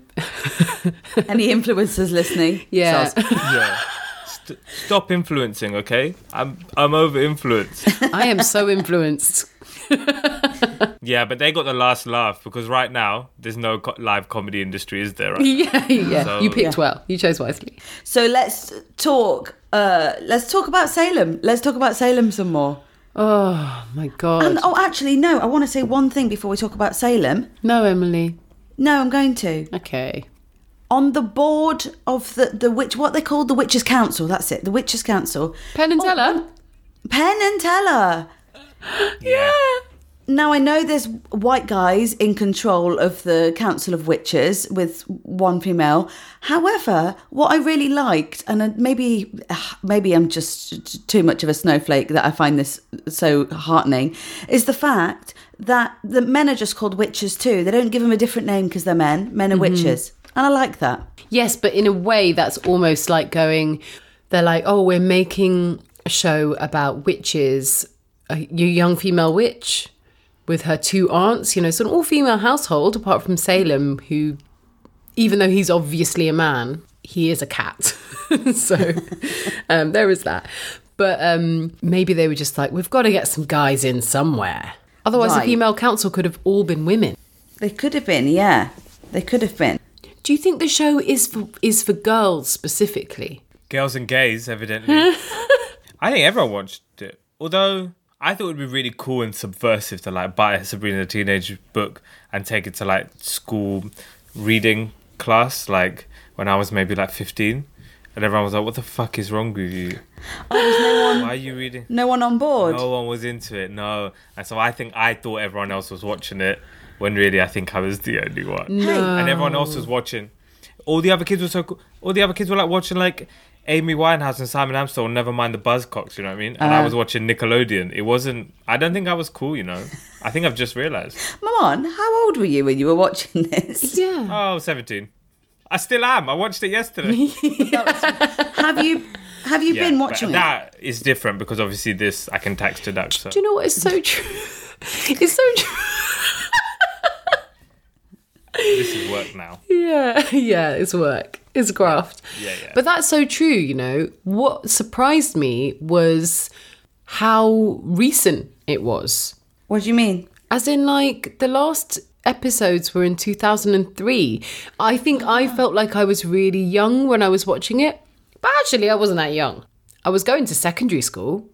[SPEAKER 2] Any influencers listening?
[SPEAKER 1] Yeah.
[SPEAKER 2] Soz.
[SPEAKER 3] Yeah. St- stop influencing, okay? I'm I'm over influenced.
[SPEAKER 1] I am so influenced.
[SPEAKER 3] yeah, but they got the last laugh because right now there's no co- live comedy industry, is there? Right now?
[SPEAKER 1] Yeah, yeah.
[SPEAKER 3] So-
[SPEAKER 1] you picked well. You chose wisely.
[SPEAKER 2] So let's talk. Uh, let's talk about Salem. Let's talk about Salem some more.
[SPEAKER 1] Oh my god.
[SPEAKER 2] And oh, actually, no. I want to say one thing before we talk about Salem.
[SPEAKER 1] no, Emily.
[SPEAKER 2] No, I'm going to
[SPEAKER 1] Okay.
[SPEAKER 2] on the board of the the witch. What they called the Witches' Council. That's it. The Witches' Council.
[SPEAKER 1] Penn Oh, and Teller.
[SPEAKER 2] Penn and Teller.
[SPEAKER 3] Yeah.
[SPEAKER 2] Now I know there's white guys in control of the Council of Witches with one female. However, what I really liked, and I- maybe ugh, maybe I'm just too much of a snowflake that I find this so heartening, is the fact that the men are just called witches too. They don't give them a different name because they're men. Men are
[SPEAKER 3] Mm-hmm.
[SPEAKER 2] witches, and I like that.
[SPEAKER 1] Yes, but in a way that's almost like going they're like, "Oh, we're making a show about witches, a you young female witch with her two aunts, you know, it's an all-female household apart from Salem who even though he's obviously a man, he is a cat. so um, there is that. But um, maybe they were just like, we've got to get some guys in somewhere. Otherwise,
[SPEAKER 2] Right.
[SPEAKER 1] the female council could have all been women.
[SPEAKER 2] They could have been, yeah, they could have been.
[SPEAKER 1] Do you think the show is for, is for girls specifically?
[SPEAKER 3] Girls and gays, evidently. I think everyone watched it. Although I thought it would be really cool and subversive to like buy a Sabrina the Teenage book and take it to like school reading class, like when I was maybe like 15. And everyone was like, what the fuck is wrong with you? Why are you reading?
[SPEAKER 2] No one on board.
[SPEAKER 3] No one was into it, no. And so I think I thought everyone else was watching it when really I think I was the only one. And everyone else
[SPEAKER 2] Oh.
[SPEAKER 3] was watching. All the other kids were so cool. All the other kids were like watching like Amy Winehouse and Simon Amstel, never mind the Buzzcocks, you know what I mean? And I
[SPEAKER 2] Uh.
[SPEAKER 3] was watching Nickelodeon. It wasn't, I don't think I was cool, you know? I think I've just realized.
[SPEAKER 2] Come on, how old were you when you were watching this?
[SPEAKER 1] Yeah.
[SPEAKER 3] Oh, 17. I still am. I watched it yesterday.
[SPEAKER 2] have you have you
[SPEAKER 3] Yeah,
[SPEAKER 2] been
[SPEAKER 3] but
[SPEAKER 2] watching it?
[SPEAKER 3] That is different because obviously this I can tax deduct. So.
[SPEAKER 1] Do you know what is so true? it's so true.
[SPEAKER 3] this is work now.
[SPEAKER 1] Yeah, yeah, it's work. It's graft.
[SPEAKER 3] Yeah, yeah.
[SPEAKER 1] But that's so true, you know. What surprised me was how recent it was.
[SPEAKER 2] What do you mean?
[SPEAKER 1] As in, like, the last episodes were in 2003. I think I
[SPEAKER 3] Ah.
[SPEAKER 1] felt like I was really young when I was watching it, but actually, I wasn't that young. I was going to secondary school.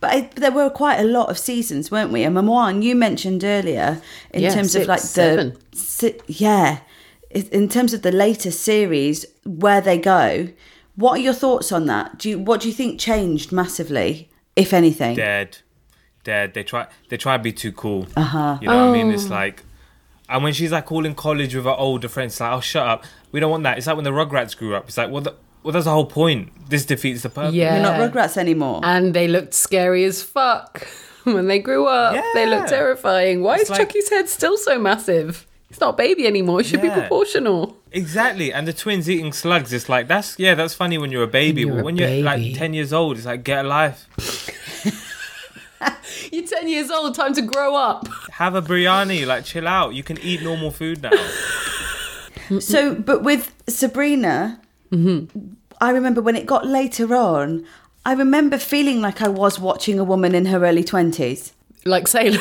[SPEAKER 2] But I, there were quite a lot of seasons, weren't we? And Mamoan, you mentioned earlier in
[SPEAKER 1] Yeah,
[SPEAKER 2] terms
[SPEAKER 1] six,
[SPEAKER 2] of like the
[SPEAKER 1] seven.
[SPEAKER 2] si- yeah, in in terms of the later series where they go. What are your thoughts on that? Do you what do you think changed massively, if anything?
[SPEAKER 3] dead, dead. They try they try to be too cool. Uh
[SPEAKER 1] Uh-huh.
[SPEAKER 3] huh. You know what I mean?
[SPEAKER 1] Oh.
[SPEAKER 3] It's like, and when she's like all in college with her older friends, it's like, oh shut up, we don't want that. It's like when the Rugrats grew up. It's like, well, the, well, that's the whole point. This defeats the purpose.
[SPEAKER 1] Yeah.
[SPEAKER 2] We're not Rugrats anymore.
[SPEAKER 1] And they looked scary as fuck when they grew up. They looked
[SPEAKER 3] Yeah.
[SPEAKER 1] terrifying. Why
[SPEAKER 3] It's
[SPEAKER 1] is
[SPEAKER 3] like-
[SPEAKER 1] Chucky's head still so massive? It's not a baby anymore. It should
[SPEAKER 3] Yeah.
[SPEAKER 1] be proportional.
[SPEAKER 3] Exactly. And the twins eating slugs. It's like that's yeah, that's funny when you're a baby,
[SPEAKER 1] When you're
[SPEAKER 3] but
[SPEAKER 1] a
[SPEAKER 3] when you're like
[SPEAKER 1] baby.
[SPEAKER 3] ten years old, it's like get a life,
[SPEAKER 1] You're 10 years old, time to grow up.
[SPEAKER 3] have a biryani, like chill out. You can eat normal food now.
[SPEAKER 2] So, but with Sabrina, I remember when it got later on, I remember feeling like I was watching a woman in her early 20s.
[SPEAKER 1] Like Salem.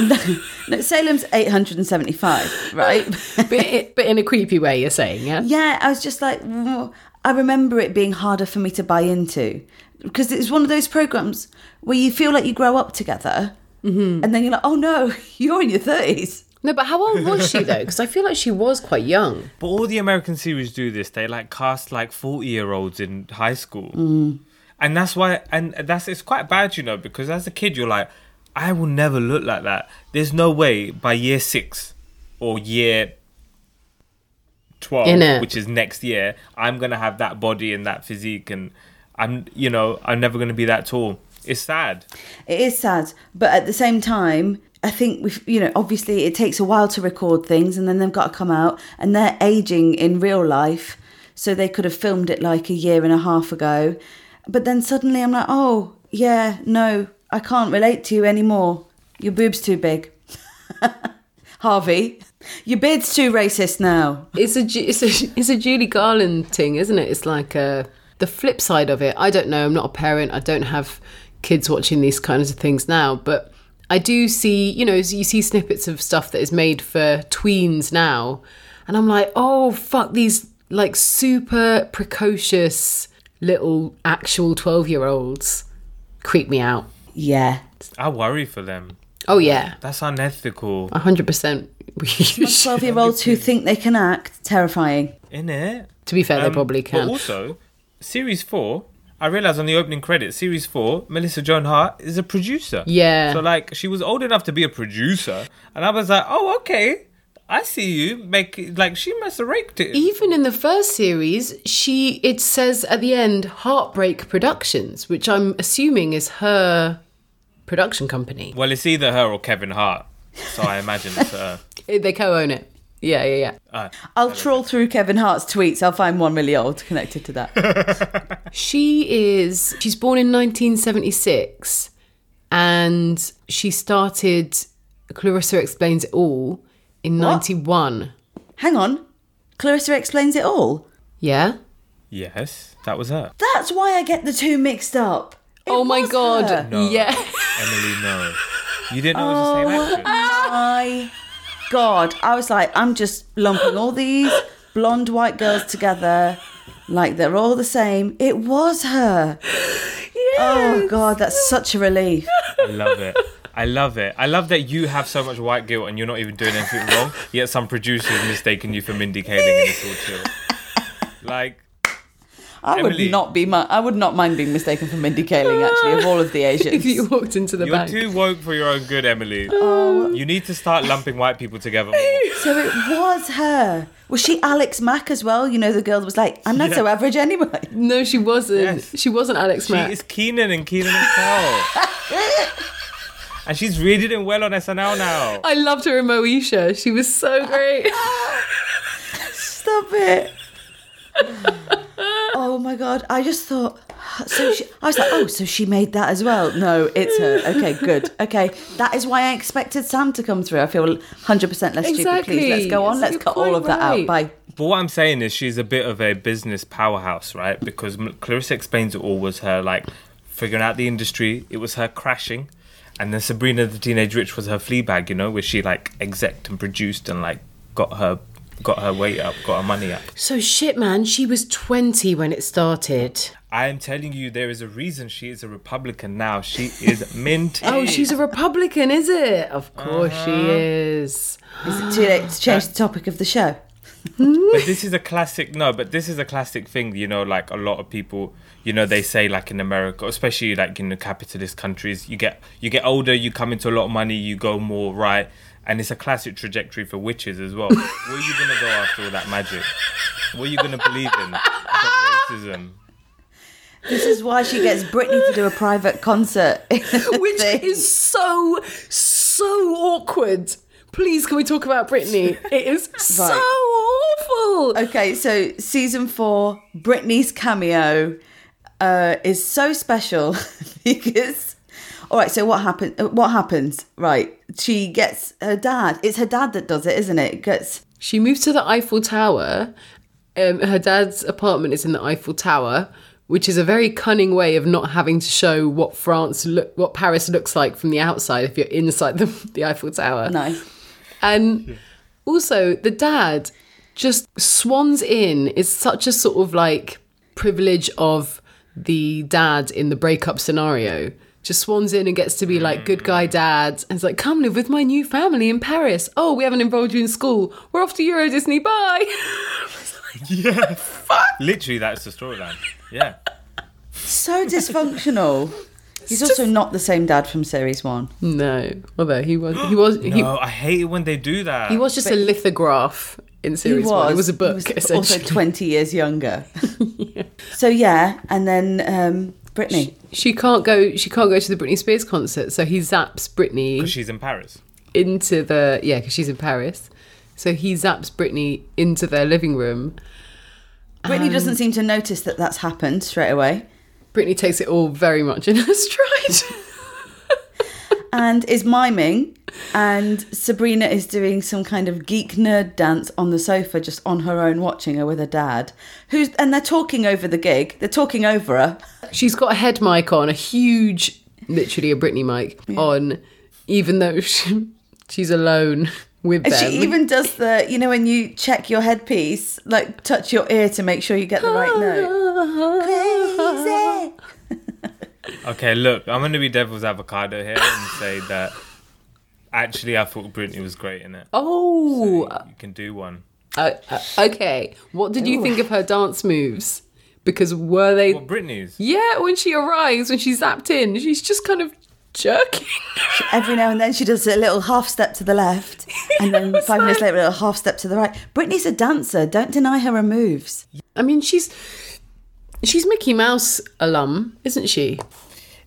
[SPEAKER 2] No, Salem's 875, right?
[SPEAKER 1] but, it, but in a creepy way, you're saying, yeah?
[SPEAKER 2] yeah, I was just like, mm, I remember it being harder for me to buy into because it's one of those programs where you feel like you grow up together and then you're like, oh no, you're in your 30s.
[SPEAKER 1] No, but how old was she, though? Because I feel like she was quite young.
[SPEAKER 3] But all the American series do this. They like cast like forty year olds in high school, and that's why. And that's it's quite bad, you know, because as a kid you're like, I will never look like that. There's no way by year six or year twelve,
[SPEAKER 1] Innit.
[SPEAKER 3] which is next year, I'm gonna have that body and that physique, and I'm you know I'm never gonna be that tall. It's sad.
[SPEAKER 2] It is sad, but at the same time, I think we've, you know, obviously it takes a while to record things and then they've got to come out and they're aging in real life. So they could have filmed it like a year and a half ago. But then suddenly I'm like, oh, yeah, no, I can't relate to you anymore. Your boob's too big. Harvey, your beard's too racist now.
[SPEAKER 1] It's a, Ju- it's a, it's a Julie Garland thing, isn't it? It's like uh the flip side of it. I don't know. I'm not a parent. I don't have kids watching these kinds of things now, but I do see, you know, you see snippets of stuff that is made for tweens now. And I'm like, oh, fuck, these like super precocious little actual 12 year olds creep me out.
[SPEAKER 2] Yeah.
[SPEAKER 3] I worry for them.
[SPEAKER 1] Oh, yeah.
[SPEAKER 3] That's unethical,
[SPEAKER 1] 100%. You should-
[SPEAKER 2] 12 year olds who think they can act, terrifying.
[SPEAKER 3] in it.
[SPEAKER 1] to be fair, they
[SPEAKER 3] Um,
[SPEAKER 1] probably can.
[SPEAKER 3] But also, series four. I realized on the opening credits, series four, Melissa Joan Hart is a producer.
[SPEAKER 1] Yeah.
[SPEAKER 3] So like, she was old enough to be a producer, and I was like, oh okay, I see you make like she must have raked it.
[SPEAKER 1] even in the first series she it says at the end heartbreak productions which i'm assuming is her production company
[SPEAKER 3] well, it's either her or Kevin Hart, so I imagine it's her. Uh,
[SPEAKER 1] they co-own it yeah yeah yeah
[SPEAKER 2] I'll trawl through Kevin Hart's tweets. I'll find one really old connected to that.
[SPEAKER 1] she is she's born in 1976 and she started clarissa explains it all in 91
[SPEAKER 2] Hang on. Clarissa explains it all.
[SPEAKER 1] yeah
[SPEAKER 3] Yes, that was her.
[SPEAKER 2] That's why I get the two mixed up. It
[SPEAKER 1] oh my
[SPEAKER 2] was
[SPEAKER 1] god
[SPEAKER 2] her.
[SPEAKER 3] No.
[SPEAKER 1] yeah
[SPEAKER 3] Emily, no, you didn't know it was
[SPEAKER 1] Oh,
[SPEAKER 3] the same actress.
[SPEAKER 2] My god. I was like, I'm just lumping all these blonde white girls together like they're all the same. It was her. Oh god, that's such a relief.
[SPEAKER 3] I love it. I love it. I love that you have so much white guilt and you're not even doing anything wrong. Yet some producers mistaken you for Mindy Kaling in this all chill. Like,
[SPEAKER 2] I
[SPEAKER 3] Emily.
[SPEAKER 2] would not be mi- I would not mind being mistaken for Mindy Kaling actually of all of the
[SPEAKER 1] if you
[SPEAKER 2] Asians.
[SPEAKER 1] walked into the
[SPEAKER 3] you're
[SPEAKER 1] bank
[SPEAKER 3] too woke for your own good, Emily. You need to start lumping white people together more.
[SPEAKER 2] So it was her. Was she Alex Mack as well? You know, the girl that was like, I'm not so average anyway.
[SPEAKER 1] no she wasn't
[SPEAKER 3] Yes.
[SPEAKER 1] she wasn't alex
[SPEAKER 3] She
[SPEAKER 1] Mack.
[SPEAKER 3] is Keenan and Keenan and Kel. and she's really doing well on SNL now.
[SPEAKER 1] I loved her in Moesha. She was so great.
[SPEAKER 2] Stop it. oh my god. I just thought so she, I was like, oh, so she made that as well. No, it's her. Okay, good. Okay. That is why I expected Sam to come through. I feel 100% less stupid. Please,
[SPEAKER 1] Exactly.
[SPEAKER 2] let's go on.
[SPEAKER 1] So
[SPEAKER 2] let's
[SPEAKER 1] you're
[SPEAKER 2] cut all
[SPEAKER 1] quite
[SPEAKER 2] of that out.
[SPEAKER 1] right.
[SPEAKER 2] Bye.
[SPEAKER 3] But what I'm saying is she's a bit of a business powerhouse, right? Because M- Clarissa Explains It All was her, like, figuring out the industry. It was her crashing. And then Sabrina the Teenage Witch was her flea bag, you know, where she like execed and produced and like got her got her weight up, got her money up.
[SPEAKER 1] So shit, man. She was twenty when it started.
[SPEAKER 3] I am telling you, there is a reason she is a Republican now. She is mint.
[SPEAKER 1] Oh, she's a Republican, is it? Of course she is.
[SPEAKER 2] Is it too late to change the topic of the show?
[SPEAKER 3] but this is a classic no but this is a classic thing you know like a lot of people you know they say like in america especially like in the capitalist countries you get you get older you come into a lot of money you go more right and it's a classic trajectory for witches as well where are you gonna go after all that magic what are you gonna believe in but racism
[SPEAKER 2] This is why she gets Britney to do a private concert.
[SPEAKER 1] Which is so, so awkward. Please, can we talk about Britney? It is so awful.
[SPEAKER 2] Okay, so season four, Britney's cameo uh, is so special because. All right, so what happened? What happens? Right, she gets her dad. It's her dad that does it, isn't it? Gets
[SPEAKER 1] She moves to the Eiffel Tower. Um, her dad's apartment is in the Eiffel Tower, which is a very cunning way of not having to show what France, look, what Paris looks like from the outside if you're inside the, the Eiffel Tower.
[SPEAKER 2] nice.
[SPEAKER 1] And Um, also, the dad just swans in. It's such a sort of like privilege of the dad in the breakup scenario. Just swans in and gets to be like good guy dad. And it's like, come live with my new family in Paris. Oh, we haven't involved you in school. We're off to Euro Disney. Bye.
[SPEAKER 3] yeah literally that's the storyline yeah
[SPEAKER 2] So dysfunctional. He's also not the same dad from series one.
[SPEAKER 1] no, although he was, he was, he,
[SPEAKER 3] no i hate it when they do that
[SPEAKER 1] he was just a lithograph in series one. It was a book,
[SPEAKER 2] He was also
[SPEAKER 1] essentially.
[SPEAKER 2] twenty years younger. So yeah, and then um, Britney.
[SPEAKER 1] she can't go. She can't go to the Britney Spears concert, so he zaps Britney.
[SPEAKER 3] she's in paris
[SPEAKER 1] into the yeah because she's in paris so he zaps britney into their living room
[SPEAKER 2] Britney
[SPEAKER 1] um,
[SPEAKER 2] doesn't seem to notice that that's happened straight away.
[SPEAKER 1] britney takes it all very much in her stride
[SPEAKER 2] and is miming, and Sabrina is doing some kind of geek nerd dance on the sofa, just on her own, watching her with her dad, who's and they're talking over the gig. They're talking over her.
[SPEAKER 1] she's got a head mic on a huge literally a britney mic on even though she, she's alone with
[SPEAKER 2] And
[SPEAKER 1] them
[SPEAKER 2] she even does the, you know, when you check your headpiece, like touch your ear to make sure you get the right note. eh? Crazy.
[SPEAKER 3] Okay, look, I'm going to be devil's avocado here and say that actually I thought Britney was great in it.
[SPEAKER 1] oh
[SPEAKER 3] You can do one.
[SPEAKER 1] uh, uh, okay what did you think of her dance moves because were they
[SPEAKER 3] Well, Britney's.
[SPEAKER 1] yeah when she arrives when she's zapped in she's just kind of jerking
[SPEAKER 2] Every now and then she does a little half step to the left, and then five minutes later a little half step to the right. Britney's a dancer. Don't deny her her moves.
[SPEAKER 1] I mean, she's she's Mickey Mouse alum, isn't she?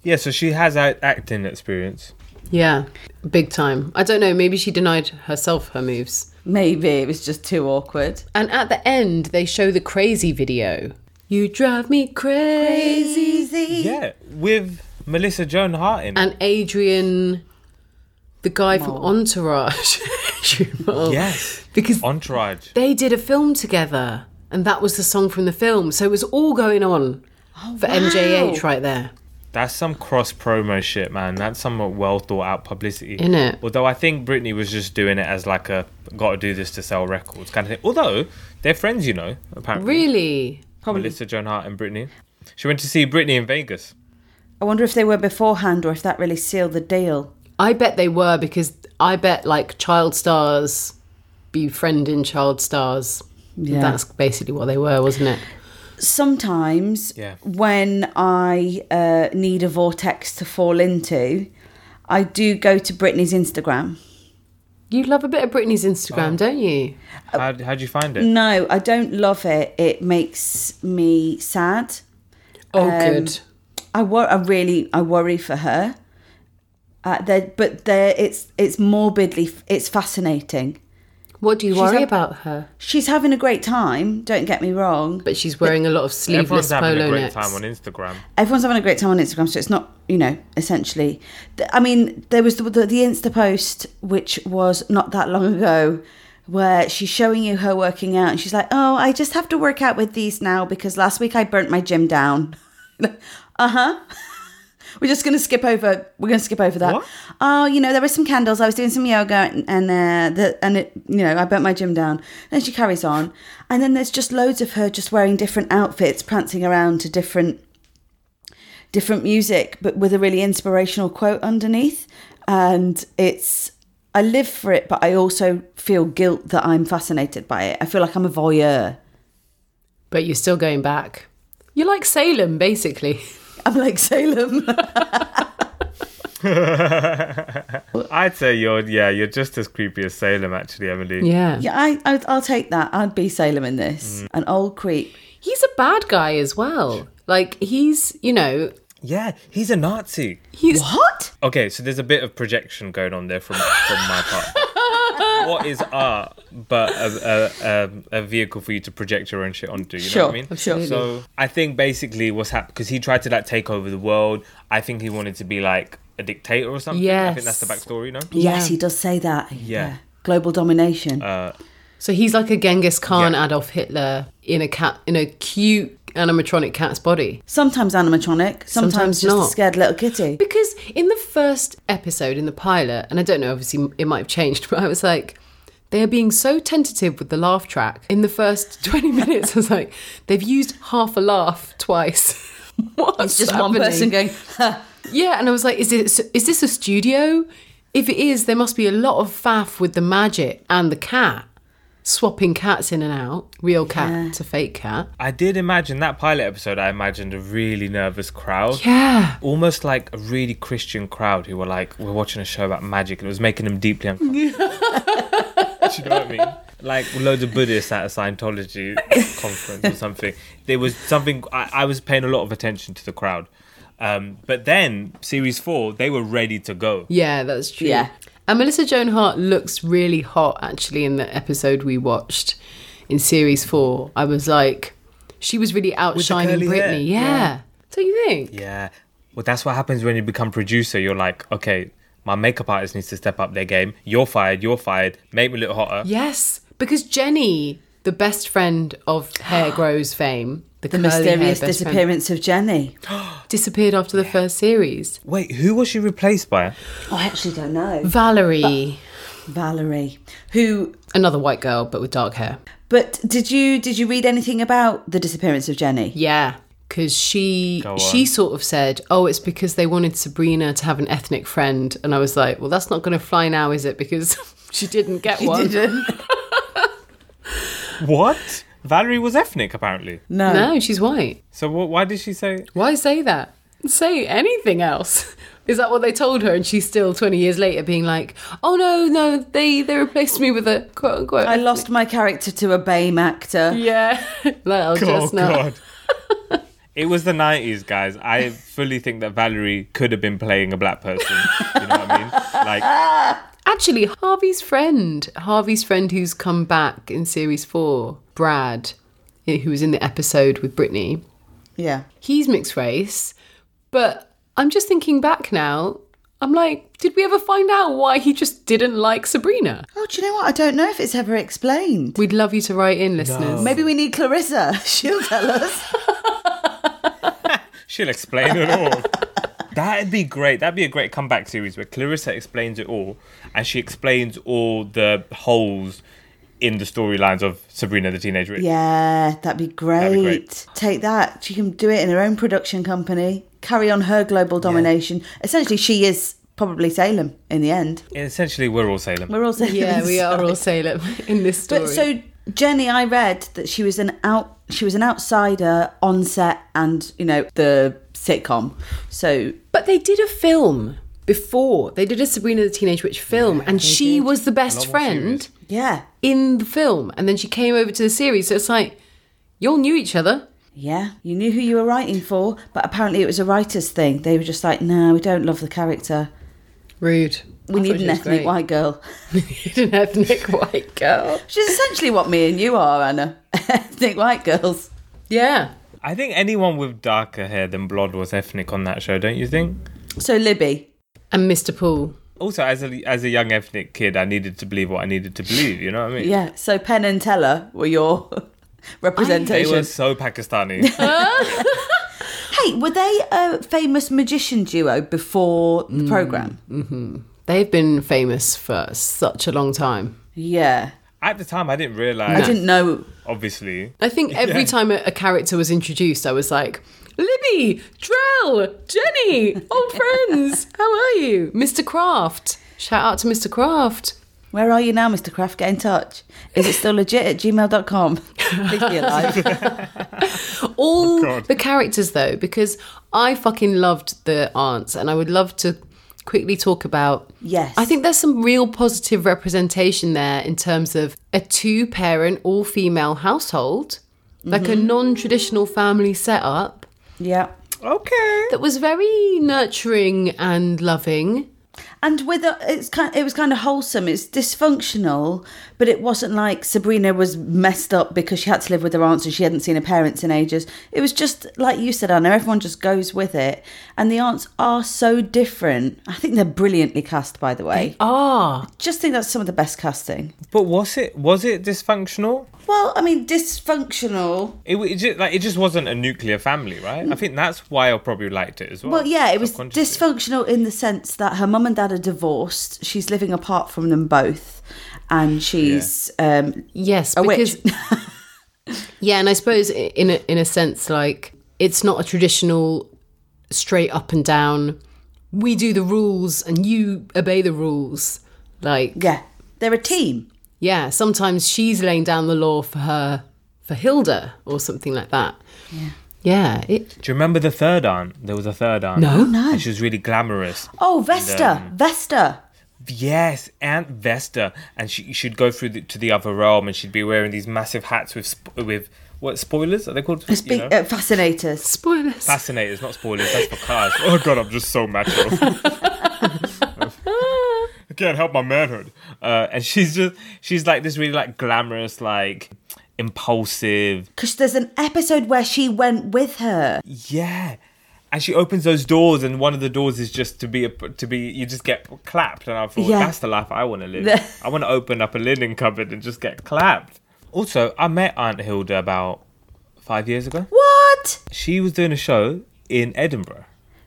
[SPEAKER 3] Yeah, so she has a- acting experience.
[SPEAKER 1] Yeah, big time. I don't know. Maybe she denied herself her moves.
[SPEAKER 2] Maybe it was just too awkward.
[SPEAKER 1] And at the end, they show the crazy video. You drive me crazy.
[SPEAKER 2] Easy.
[SPEAKER 3] Yeah, with Melissa Joan Hart in it.
[SPEAKER 1] And Adrian, the guy from Entourage. Schumacher.
[SPEAKER 3] Yes.
[SPEAKER 1] because
[SPEAKER 3] Entourage.
[SPEAKER 1] they did a film together, and that was the song from the film. So it was all going on for MJH right there.
[SPEAKER 3] That's some cross promo shit, man. That's some well thought out publicity.
[SPEAKER 1] Innit?
[SPEAKER 3] Although I think Britney was just doing it as like a got to do this to sell records kind of thing. Although they're friends, you know, apparently.
[SPEAKER 1] Really.
[SPEAKER 3] Melissa Joan Hart and Britney. She went to see Britney in Vegas.
[SPEAKER 2] I wonder if they were beforehand or if that really sealed the deal.
[SPEAKER 1] I bet they were because I bet like child stars befriending child stars.
[SPEAKER 2] Yeah.
[SPEAKER 1] That's basically what they were, wasn't it?
[SPEAKER 2] Sometimes
[SPEAKER 3] Yeah.
[SPEAKER 2] when I uh, need a vortex to fall into, I do go to Britney's Instagram.
[SPEAKER 1] You love a bit of Britney's Instagram,
[SPEAKER 3] Oh.
[SPEAKER 1] don't you?
[SPEAKER 3] How how'd you find it?
[SPEAKER 2] No, I don't love it. It makes me sad.
[SPEAKER 1] Oh,
[SPEAKER 2] Um,
[SPEAKER 1] good.
[SPEAKER 2] I wor- I really I worry for her. Uh, there, but there, it's it's morbidly, it's fascinating.
[SPEAKER 1] What do you
[SPEAKER 2] she's
[SPEAKER 1] worry
[SPEAKER 2] a-
[SPEAKER 1] about her?
[SPEAKER 2] She's having a great time. Don't get me wrong.
[SPEAKER 1] But she's wearing a lot of sleeveless
[SPEAKER 3] Everyone's having
[SPEAKER 1] polo
[SPEAKER 3] a great
[SPEAKER 1] necks.
[SPEAKER 3] time on Instagram.
[SPEAKER 2] everyone's having a great time on Instagram, so it's not, you know, essentially. th- I mean, there was the, the, the Insta post, which was not that long ago, where she's showing you her working out, and she's like, oh, I just have to work out with these now because last week I burnt my gym down. uh huh. We're just going to skip over. We're going to skip over that.
[SPEAKER 3] What?
[SPEAKER 2] Oh, you know, there were some candles. I was doing some yoga, and, and uh, the and it, you know, I burnt my gym down. And she carries on, and then there's just loads of her just wearing different outfits, prancing around to different different music, but with a really inspirational quote underneath. And it's, I live for it, but I also feel guilt that I'm fascinated by it. I feel like I'm a voyeur.
[SPEAKER 1] But you're still going back. You're like Salem, basically.
[SPEAKER 2] I'm like Salem.
[SPEAKER 3] I'd say you're yeah, you're just as creepy as Salem actually, Emily.
[SPEAKER 1] Yeah.
[SPEAKER 2] yeah, I, I, I'll take that. I'd be Salem in this.
[SPEAKER 1] Mm.
[SPEAKER 2] An old creep.
[SPEAKER 1] He's a bad guy as well. Like, he's, you know,
[SPEAKER 3] Yeah, he's a Nazi.
[SPEAKER 1] he's.
[SPEAKER 2] What?
[SPEAKER 3] Okay, so there's a bit of projection going on there from from my part. what is art but a, a, a, a vehicle for you to project your own shit onto? You know
[SPEAKER 2] Sure,
[SPEAKER 3] what I mean?
[SPEAKER 2] absolutely.
[SPEAKER 3] So I think basically what's happened because he tried to like take over the world. I think he wanted to be like a dictator or something. I think that's the
[SPEAKER 1] Yes.
[SPEAKER 3] backstory, no?
[SPEAKER 2] Yes, he does say that.
[SPEAKER 3] Yeah.
[SPEAKER 2] Global domination.
[SPEAKER 1] Uh. So he's like a Genghis Khan
[SPEAKER 3] Yeah.
[SPEAKER 1] Adolf Hitler in a cat, in a cute animatronic cat's body.
[SPEAKER 2] sometimes animatronic, sometimes,
[SPEAKER 1] Sometimes
[SPEAKER 2] just
[SPEAKER 1] not.
[SPEAKER 2] a scared little kitty.
[SPEAKER 1] Because in the first episode, in the pilot, and I don't know, obviously it might have changed, but I was like, they are being so tentative with the laugh track. In the first 20 minutes, I was like, they've used half a laugh twice. What's
[SPEAKER 2] It's just one person going, "Huh,
[SPEAKER 1] Yeah, and I was like, is this is this a studio? If it is, there must be a lot of faff with the magic and the cat swapping cats in and out, real cat to fake cat.
[SPEAKER 3] I did imagine that pilot episode. I imagined a really nervous crowd.
[SPEAKER 1] Yeah.
[SPEAKER 3] almost like a really Christian crowd who were like, we're watching a show about magic and it was making them deeply uncomfortable. Do you know what I mean? Like loads of Buddhists at a Scientology conference or something. There was something, I, I was paying a lot of attention to the crowd. Um, but then, series four, they were ready to go.
[SPEAKER 1] Yeah, that's true.
[SPEAKER 2] Yeah.
[SPEAKER 1] And Melissa Joan Hart looks really hot actually in the episode we watched in series four. I was like, she was really outshining
[SPEAKER 3] curly hair.
[SPEAKER 1] Britney. Yeah. Don't you think?
[SPEAKER 3] Yeah. Well, that's what happens when you become producer. You're like, okay, my makeup artist needs to step up their game. You're fired, you're fired. Make me look hotter.
[SPEAKER 1] Yes, because Jenny, the best friend of Hair Grows fame, the,
[SPEAKER 2] the
[SPEAKER 1] curly hair best
[SPEAKER 2] mysterious
[SPEAKER 1] friend,
[SPEAKER 2] disappearance of Jenny.
[SPEAKER 1] disappeared after the first series.
[SPEAKER 3] Wait, who was she replaced by?
[SPEAKER 2] Oh, I actually don't know.
[SPEAKER 1] Valerie,
[SPEAKER 2] Valerie, who
[SPEAKER 1] another white girl but with dark hair.
[SPEAKER 2] But did you did you read anything about the disappearance of Jenny?
[SPEAKER 1] Yeah, because she
[SPEAKER 3] Go on.
[SPEAKER 1] she sort of said, "Oh, it's because they wanted Sabrina to have an ethnic friend," and I was like, "Well, that's not going to fly now, is it?" Because she didn't get one.
[SPEAKER 3] What? Valerie was ethnic, apparently.
[SPEAKER 2] No.
[SPEAKER 1] No, she's white.
[SPEAKER 3] So wh- why did she say?
[SPEAKER 1] Why say that? Say anything else. Is that what they told her? And she's still twenty years later being like, "Oh no, no, they they replaced me with a quote unquote."
[SPEAKER 2] I lost my character to a BAME actor.
[SPEAKER 1] Yeah, like I'll just not.
[SPEAKER 3] it was the nineties, guys. I fully think that Valerie could have been playing a black person. You know what I mean? Like,
[SPEAKER 1] Actually, Harvey's friend, Harvey's friend who's come back in series four, Brad, who was in the episode with Brittany,
[SPEAKER 2] Yeah.
[SPEAKER 1] he's mixed race. But I'm just thinking back now. I'm like, did we ever find out why he just didn't like Sabrina?
[SPEAKER 2] Oh, do you know what? I don't know if it's ever explained.
[SPEAKER 1] We'd love you to write in, listeners.
[SPEAKER 2] Maybe we need Clarissa. She'll tell us.
[SPEAKER 3] she'll explain it all. That'd be great. That'd be a great comeback series where Clarissa explains it all, and she explains all the holes in the storylines of Sabrina the Teenage Witch.
[SPEAKER 2] yeah, that'd be, great.
[SPEAKER 3] be great.
[SPEAKER 2] Take that. She can do it in her own production company. Carry on her global domination. Essentially, she is probably Salem in the end.
[SPEAKER 3] Essentially, we're all Salem.
[SPEAKER 2] We're all Salem.
[SPEAKER 1] Yeah, we are
[SPEAKER 2] inside.
[SPEAKER 1] all Salem in this story.
[SPEAKER 2] But so Jenny, I read that she was an out she was an outsider on set and you know the sitcom. So
[SPEAKER 1] But they did a film before. They did a Sabrina the Teenage Witch film, and she was the best
[SPEAKER 3] lot more
[SPEAKER 1] friend
[SPEAKER 3] serious.
[SPEAKER 2] yeah,
[SPEAKER 1] in the film. And then she came over to the series. So it's like, you all knew each other.
[SPEAKER 2] yeah, you knew who you were writing for, but apparently it was a writer's thing. They were just like, no, we don't love the character.
[SPEAKER 1] Rude.
[SPEAKER 2] We need an ethnic white girl.
[SPEAKER 1] need an ethnic white girl.
[SPEAKER 2] Which is essentially what me and you are, Anna. ethnic white girls.
[SPEAKER 1] Yeah.
[SPEAKER 3] I think anyone with darker hair than blonde was ethnic on that show, don't you think?
[SPEAKER 2] So Libby.
[SPEAKER 1] And Mr. Poole.
[SPEAKER 3] also as a as a young ethnic kid, I needed to believe what I needed to believe. You know what I mean?
[SPEAKER 2] Yeah. So Penn and Teller were your
[SPEAKER 3] They
[SPEAKER 2] representation.
[SPEAKER 3] were so Pakistani.
[SPEAKER 2] Hey, they were they a famous magician duo before the program?
[SPEAKER 1] They've been famous for such a long time.
[SPEAKER 2] Yeah,
[SPEAKER 3] At the time, I didn't realize.
[SPEAKER 2] I didn't know.
[SPEAKER 3] Obviously,
[SPEAKER 1] I think every time a, a character was introduced, I was like, Libby, Drell, Jenny, old friends, how are you? Mr. Kraft. Shout out to Mr. Kraft.
[SPEAKER 2] Where are you now, Mr. Kraft? Get in touch. Is it still legit at gmail.com? Please be alive.
[SPEAKER 1] All
[SPEAKER 3] God.
[SPEAKER 1] the characters, though, because I fucking loved the aunts, and I would love to quickly talk about.
[SPEAKER 2] Yes.
[SPEAKER 1] I think there's some real positive representation there in terms of a two parent, all female household, like a non traditional family setup
[SPEAKER 2] yeah.
[SPEAKER 3] okay.
[SPEAKER 1] that was very nurturing and loving.
[SPEAKER 2] And with a, it's kind, it was kind of wholesome. It's dysfunctional, but it wasn't like Sabrina was messed up because she had to live with her aunts and she hadn't seen her parents in ages. It was just like you said, Anna. Everyone just goes with it, and the aunts are so different. I think they're brilliantly cast, by the way.
[SPEAKER 1] Ah,
[SPEAKER 2] Just think that's some of the best casting.
[SPEAKER 3] But was it was it dysfunctional?
[SPEAKER 2] Well, I mean, dysfunctional.
[SPEAKER 3] It, it just, like it just wasn't a nuclear family, right? I think that's why I probably liked it as well.
[SPEAKER 2] Well, yeah, it was
[SPEAKER 3] subconsciously.
[SPEAKER 2] dysfunctional in the sense that her mum and dad are divorced. She's living apart from them both, and she's um,
[SPEAKER 1] Yes,
[SPEAKER 2] a
[SPEAKER 1] because
[SPEAKER 2] witch.
[SPEAKER 1] yeah, and I suppose i- in a, in a sense, like it's not a traditional straight up and down. We do the rules and you obey the rules. Like
[SPEAKER 2] yeah, they're a team.
[SPEAKER 1] yeah, sometimes she's laying down the law for her for Hilda or something like that. Yeah, yeah. It,
[SPEAKER 3] Do you remember the third aunt? There was a third aunt.
[SPEAKER 1] No. Oh,
[SPEAKER 2] no.
[SPEAKER 3] And she was really glamorous.
[SPEAKER 2] Oh, Vesta,
[SPEAKER 3] um,
[SPEAKER 2] Vesta.
[SPEAKER 3] Yes, Aunt Vesta, and she she'd go through the, to the other realm, and she'd be wearing these massive hats with sp- with what spoilers are they called?
[SPEAKER 2] It's big,
[SPEAKER 3] You know?
[SPEAKER 2] uh, fascinators.
[SPEAKER 1] spoilers.
[SPEAKER 3] Fascinators, not spoilers. That's for cars. oh god, I'm just so macho. I can't help my manhood. Uh, and she's just she's like this really like glamorous, like impulsive.
[SPEAKER 2] Because there's an episode where she went with her.
[SPEAKER 3] Yeah. And she opens those doors, and one of the doors is just to be a, to be. You just get clapped, and I thought
[SPEAKER 2] Yeah.
[SPEAKER 3] that's the life I want to live. I want to open up a linen cupboard and just get clapped. Also, I met Aunt Hilda about five years ago.
[SPEAKER 2] What?
[SPEAKER 3] She was doing a show in Edinburgh.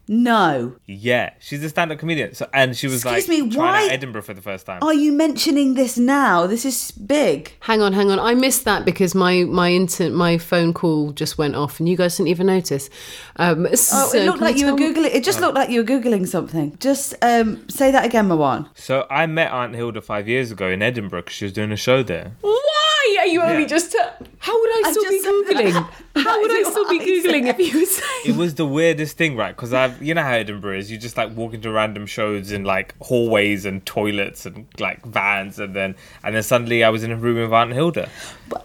[SPEAKER 2] No.
[SPEAKER 3] Yeah, she's a stand-up comedian. So, and she was
[SPEAKER 2] Excuse
[SPEAKER 3] like
[SPEAKER 2] me,
[SPEAKER 3] trying
[SPEAKER 2] why-
[SPEAKER 3] out Edinburgh for the first time.
[SPEAKER 2] Are you mentioning this now? This is big.
[SPEAKER 1] Hang on, hang on. I missed that because my my inter- my phone call just went off and you guys didn't even notice. Um,
[SPEAKER 2] Oh, it looked like you were googling. It
[SPEAKER 3] Oh.
[SPEAKER 2] just looked like you were googling something. Just um, say that again, Mawan.
[SPEAKER 3] So I met Aunt Hilda five years ago in Edinburgh because she was doing a show there.
[SPEAKER 1] Why are you only just? how would I
[SPEAKER 2] I
[SPEAKER 1] still
[SPEAKER 2] just-
[SPEAKER 1] be googling? How would I
[SPEAKER 2] That is
[SPEAKER 1] still be
[SPEAKER 2] what I
[SPEAKER 1] googling if you were saying?
[SPEAKER 3] It was the weirdest thing, right? Because I've, you know how Edinburgh is. You just like walk into random shows in like hallways and toilets and like vans, and then and then suddenly I was in a room with Aunt Hilda.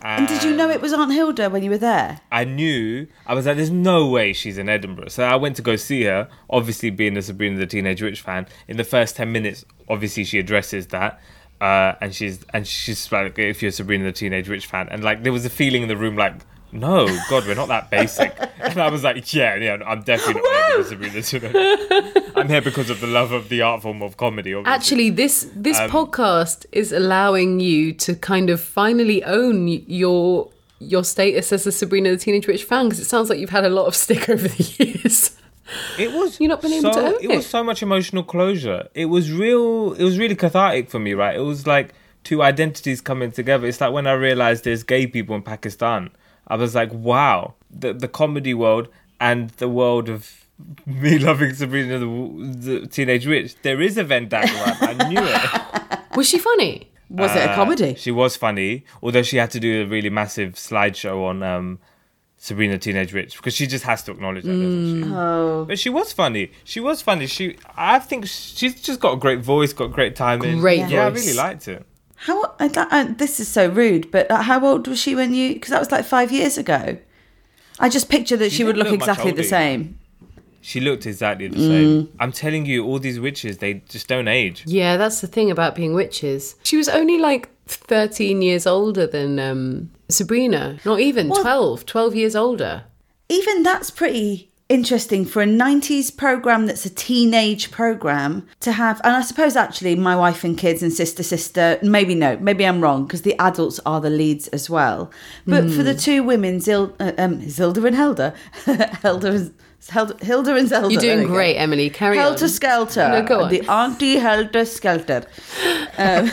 [SPEAKER 2] And did
[SPEAKER 3] Um,
[SPEAKER 2] you know it was Aunt Hilda when you were there?
[SPEAKER 3] I knew I was like, there's no way she's in Edinburgh. So I went to go see her. Obviously, being a Sabrina the Teenage Witch fan, in the first ten minutes, obviously she addresses that, uh, and she's and she's like, if you're Sabrina the Teenage Witch fan, and like there was a feeling in the room like. No, God, we're not that basic. and I was like, yeah, yeah, I'm definitely not here because of Sabrina the Teenage Witch. I'm here because of the love of the art form of comedy. Obviously.
[SPEAKER 1] Actually, this this podcast is allowing you to kind of finally own your your status as a Sabrina the Teenage Witch fan because it sounds like you've had a lot of stick over the years.
[SPEAKER 3] It was
[SPEAKER 1] You've not been able
[SPEAKER 3] so,
[SPEAKER 1] to own
[SPEAKER 3] It was
[SPEAKER 1] it.
[SPEAKER 3] so much emotional closure. It was real. It was really cathartic for me, right? It was like two identities coming together. It's like when I realized there's gay people in Pakistan. I was like, wow, the the comedy world and the world of me loving Sabrina the, the Teenage Witch. There is a Venn diagram. I knew it.
[SPEAKER 1] Was she funny?
[SPEAKER 2] Was it a comedy?
[SPEAKER 3] uh, She was funny, although she had to do a really massive slideshow on um, Sabrina Teenage Witch because she just has to acknowledge that, doesn't she? Oh. But she was funny. She was funny. She, I think she's just got a great voice, got great timing.
[SPEAKER 1] Great
[SPEAKER 3] yeah. Yeah, I
[SPEAKER 1] voice.
[SPEAKER 3] really liked it.
[SPEAKER 2] How I, don't- I, this is so rude, but uh, how old was she when you? Because that was like five years ago. I just picture that she, would look
[SPEAKER 3] didn't look much
[SPEAKER 2] exactly the
[SPEAKER 3] older.
[SPEAKER 2] same.
[SPEAKER 3] She looked exactly
[SPEAKER 1] Mm.
[SPEAKER 3] the same. I'm telling you, all these witches, they just don't age.
[SPEAKER 1] Yeah, that's the thing about being witches. She was only like 13 years older than um, Sabrina. Not even
[SPEAKER 2] Well-
[SPEAKER 1] 12, 12 years older.
[SPEAKER 2] Even that's pretty interesting for a 90s program that's a teenage program to have. And I suppose actually, my wife and kids and sister, sister, maybe no, maybe I'm wrong because the adults are the leads as
[SPEAKER 3] Hmm.
[SPEAKER 2] well. But for the two women, Zil, uh, um, Zilda and Helda, Helda and Hel- Hilda and Zelda.
[SPEAKER 1] You're
[SPEAKER 2] there we
[SPEAKER 1] doing
[SPEAKER 2] go.
[SPEAKER 1] great, Emily. Carry on.
[SPEAKER 2] Helter Skelter.
[SPEAKER 1] No, go on.
[SPEAKER 2] The Auntie Helter Skelter. Um,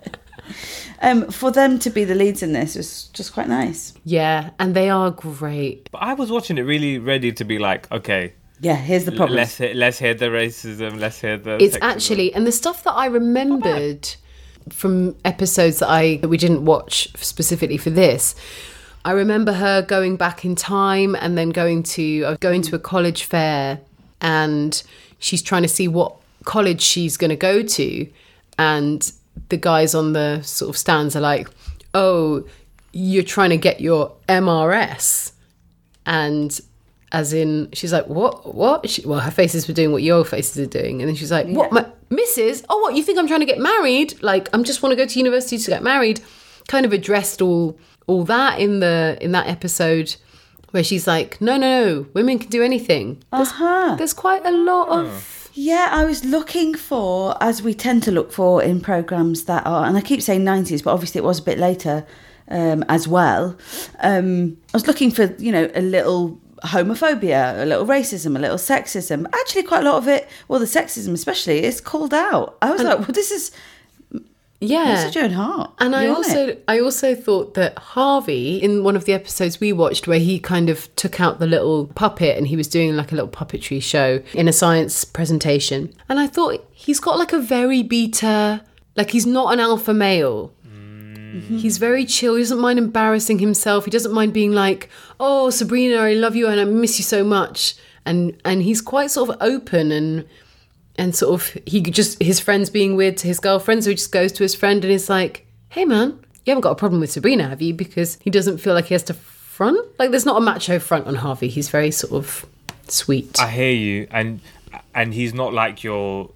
[SPEAKER 2] um, for them to be the leads in this was just quite nice.
[SPEAKER 1] yeah, and they are great.
[SPEAKER 3] But I was watching it really ready to be like, okay,
[SPEAKER 2] Yeah, here's the problem.
[SPEAKER 3] let's hear, let's hear the racism, let's hear the.
[SPEAKER 1] It's
[SPEAKER 3] sexism.
[SPEAKER 1] actually and the stuff that I remembered from episodes that I that we didn't watch specifically for this. I remember her going back in time and then going to uh, going to a college fair and she's trying to see what college she's going to go to and the guys on the sort of stands are like, "Oh, you're trying to get your MRS." and as in she's like what what she, well her faces were doing what your faces are doing and then she's like what my mrs oh what you think i'm trying to get married like i'm just want to go to university to get married kind of addressed all all that in the in that episode where she's like no no no women can do anything there's,
[SPEAKER 2] Uh-huh.
[SPEAKER 1] there's quite a lot of
[SPEAKER 2] Yeah, I was looking for, as we tend to look for in programs that are, and I keep saying 90s, but obviously it was a bit later um, as well. Um, I was looking for, you know, a little homophobia, a little racism, a little sexism. Actually, quite a lot of it, well, the sexism especially, is called out. I was like, well, this is
[SPEAKER 1] yeah
[SPEAKER 2] Melissa Joan Hart.
[SPEAKER 1] And I
[SPEAKER 2] You're on
[SPEAKER 1] also
[SPEAKER 2] it.
[SPEAKER 1] I also thought that Harvey in one of the episodes we watched where he kind of took out the little puppet and he was doing like a little puppetry show in a science presentation. And I thought he's got like a very beta like he's not an alpha male. He's very chill. He doesn't mind embarrassing himself. He doesn't mind being like, "Oh, Sabrina, I love you and I miss you so much." And and he's quite sort of open and and sort of he could just his friends being weird to his girlfriend, so he just goes to his friend and is like, "Hey, man, you haven't got a problem with Sabrina, have you?" Because he doesn't feel like he has to front. Like there's not a macho front on Harvey. He's very sort of sweet.
[SPEAKER 3] I hear you, and and he's not like your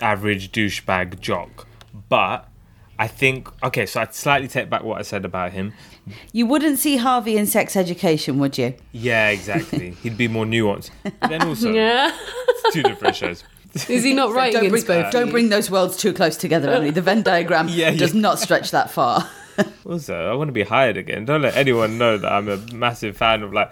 [SPEAKER 3] average douchebag jock, but I think okay. So I slightly take back what I said about him.
[SPEAKER 2] You wouldn't see Harvey in sex education, would you?
[SPEAKER 3] Yeah, exactly. He'd be more nuanced. But then also, it's two different shows.
[SPEAKER 1] is he not writing in Spofforth?
[SPEAKER 2] don't bring those worlds too close together, Emily. The Venn diagram
[SPEAKER 3] Yeah, yeah.
[SPEAKER 2] does not stretch that far.
[SPEAKER 3] Also, I want to be hired again. Don't let anyone know that I'm a massive fan of like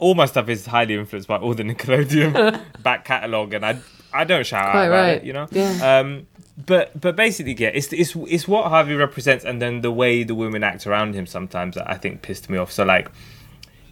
[SPEAKER 3] all my stuff is highly influenced by all the Nickelodeon back catalogue, and I I don't shout
[SPEAKER 1] Quite
[SPEAKER 3] out about
[SPEAKER 1] right.
[SPEAKER 3] it, you know.
[SPEAKER 1] Yeah.
[SPEAKER 3] Um, but but basically, yeah, it's it's it's what Harvey represents, and then the way the women act around him sometimes that I think pissed me off. So like,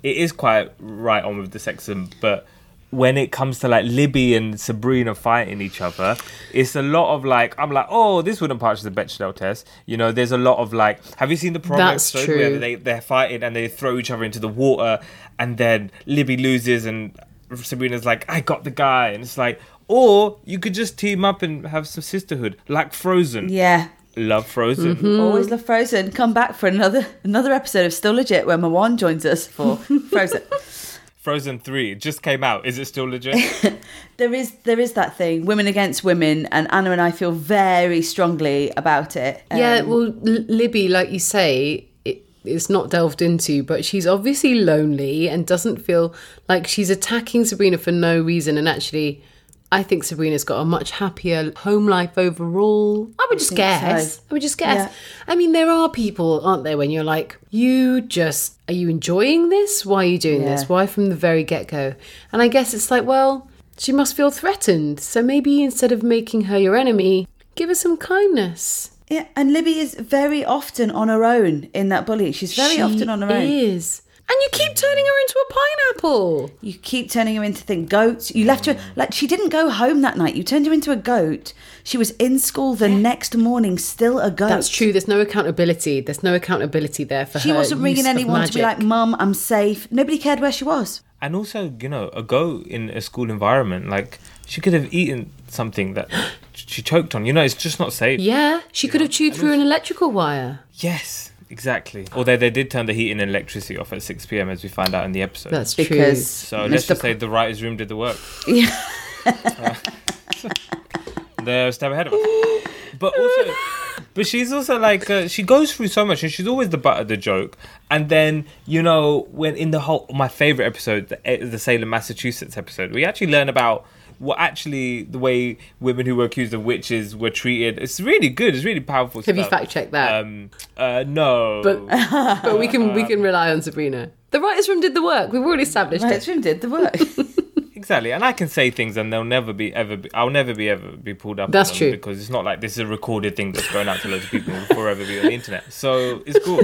[SPEAKER 3] it is quite right on with the sexism, but when it comes to like Libby and Sabrina fighting each other, it's a lot of like I'm like, oh, this wouldn't pass the Bechdel test. You know, there's a lot of like, have you seen the prom
[SPEAKER 1] That's
[SPEAKER 3] episode where
[SPEAKER 1] true.
[SPEAKER 3] they they're fighting and they throw each other into the water, and then Libby loses and Sabrina's like, I got the guy, and it's like, or you could just team up and have some sisterhood like Frozen.
[SPEAKER 2] Yeah,
[SPEAKER 3] Love Frozen.
[SPEAKER 1] Mm-hmm. Mm.
[SPEAKER 2] Always love Frozen. Come back for another another episode of Still Legit where Mawan joins us for Frozen.
[SPEAKER 3] Frozen Three it just came out. Is it still legit?
[SPEAKER 2] there is there is that thing, women against women, and Anna and I feel very strongly about it. Um,
[SPEAKER 1] Yeah, well, L- Libby, like you say, it, it's not delved into, but she's obviously lonely and doesn't feel like she's attacking Sabrina for no reason. And actually, I think Sabrina's got a much happier home life overall. I would just
[SPEAKER 2] think so.
[SPEAKER 1] guess. I would just guess.
[SPEAKER 2] Yeah.
[SPEAKER 1] I mean, there are people, aren't there, when you're like, you just, are you enjoying this? Why are you doing
[SPEAKER 2] Yeah.
[SPEAKER 1] this? Why from the very get go? And I guess it's like, well, she must feel threatened. So maybe instead of making her your enemy, give her some kindness.
[SPEAKER 2] yeah, and Libby is very often on her own in that bullying. She's very
[SPEAKER 1] She
[SPEAKER 2] often on her own.
[SPEAKER 1] Is. And you keep turning her into a pineapple.
[SPEAKER 2] You keep turning her into thing goats. You left her
[SPEAKER 1] Mm.
[SPEAKER 2] like she didn't go home that night. You turned her into a goat. She was in school the next morning, still a goat.
[SPEAKER 1] That's true. There's no accountability. There's no accountability there for
[SPEAKER 2] She
[SPEAKER 1] her.
[SPEAKER 2] wasn't
[SPEAKER 1] use
[SPEAKER 2] ringing
[SPEAKER 1] of
[SPEAKER 2] anyone to be like,
[SPEAKER 1] magic.
[SPEAKER 2] "Mum, I'm safe." Nobody cared where she was.
[SPEAKER 3] and also you know a go in a school environment like she could have eaten something that she choked on you know it's just not safe
[SPEAKER 1] Yeah, she could have chewed through an electrical wire.
[SPEAKER 3] yes exactly although they did turn the heating and electricity off at 6pm as we find out in the episode
[SPEAKER 1] That's true.
[SPEAKER 2] Because
[SPEAKER 3] so let's
[SPEAKER 2] Mr.
[SPEAKER 3] just say the writer's room did the work
[SPEAKER 2] Yeah.
[SPEAKER 3] they're a step ahead of us but also but she's also like uh, she goes through so much and she's always the butt of the joke and then you know when in the whole my favorite episode the, eh, the salem massachusetts episode we actually learn about what actually the way women who were accused of witches were treated it's really good it's really powerful
[SPEAKER 1] Have you
[SPEAKER 3] stuff.
[SPEAKER 1] fact checked that?
[SPEAKER 3] um uh no
[SPEAKER 1] But- but we can we can rely on Sabrina. The writers' room did the work. We've already established
[SPEAKER 2] Right,
[SPEAKER 1] it.
[SPEAKER 2] Jim did the work.
[SPEAKER 3] Exactly, and I can say things, and they'll never be ever. Be, I'll never be ever be pulled up. on
[SPEAKER 1] That's
[SPEAKER 3] them
[SPEAKER 1] true.
[SPEAKER 3] because it's not like this is a recorded thing that's going out to loads of people. It will forever be on the internet, so it's cool.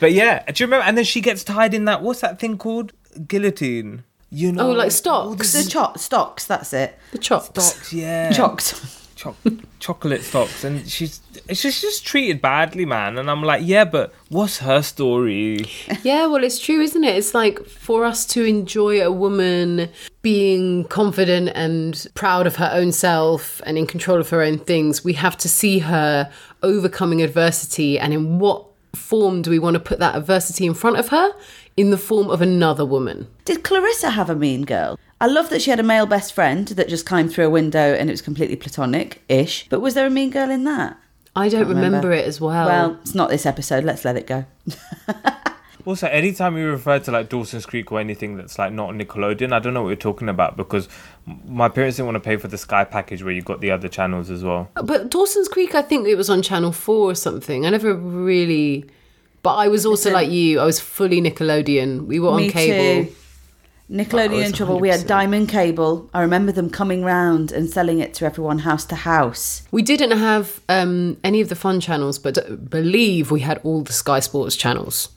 [SPEAKER 3] but yeah, do you remember? And then she gets tied in that. What's that thing called? Guillotine. You know,
[SPEAKER 1] Oh, like
[SPEAKER 3] all
[SPEAKER 1] stocks.
[SPEAKER 2] The cho- stocks, that's it.
[SPEAKER 1] The chops.
[SPEAKER 3] Stocks, yeah.
[SPEAKER 2] Chocks.
[SPEAKER 3] Choc- chocolate stocks, and she's she's just treated badly, man. And I'm like, yeah, but what's her story?
[SPEAKER 1] Yeah, well, it's true, isn't it? It's like for us to enjoy a woman being confident and proud of her own self and in control of her own things, we have to see her overcoming adversity. And in what form do we want to put that adversity in front of her? In the form of another woman.
[SPEAKER 2] Did Clarissa have a mean girl? I love that she had a male best friend that just climbed through a window and it was completely platonic ish. But was there a mean girl in that?
[SPEAKER 1] I don't remember.
[SPEAKER 2] remember.
[SPEAKER 1] it as well.
[SPEAKER 2] Well, it's not this episode. Let's let it go.
[SPEAKER 3] Also, anytime you refer to like Dawson's Creek or anything that's like not Nickelodeon, I don't know what you're talking about because m- my parents didn't want to pay for the Sky package where you got the other channels as well.
[SPEAKER 1] But Dawson's Creek, I think it was on Channel 4 or something. I never really. But I was also like you, I was fully Nickelodeon. We were on
[SPEAKER 2] Me
[SPEAKER 1] cable.
[SPEAKER 2] too. Nickelodeon
[SPEAKER 1] Wow,
[SPEAKER 2] in
[SPEAKER 1] it's
[SPEAKER 2] trouble. We had
[SPEAKER 1] 100%.
[SPEAKER 2] Diamond Cable. I remember them coming round and selling it to everyone house to house.
[SPEAKER 1] We didn't have um, any of the fun channels, but I believe we had all the Sky Sports channels.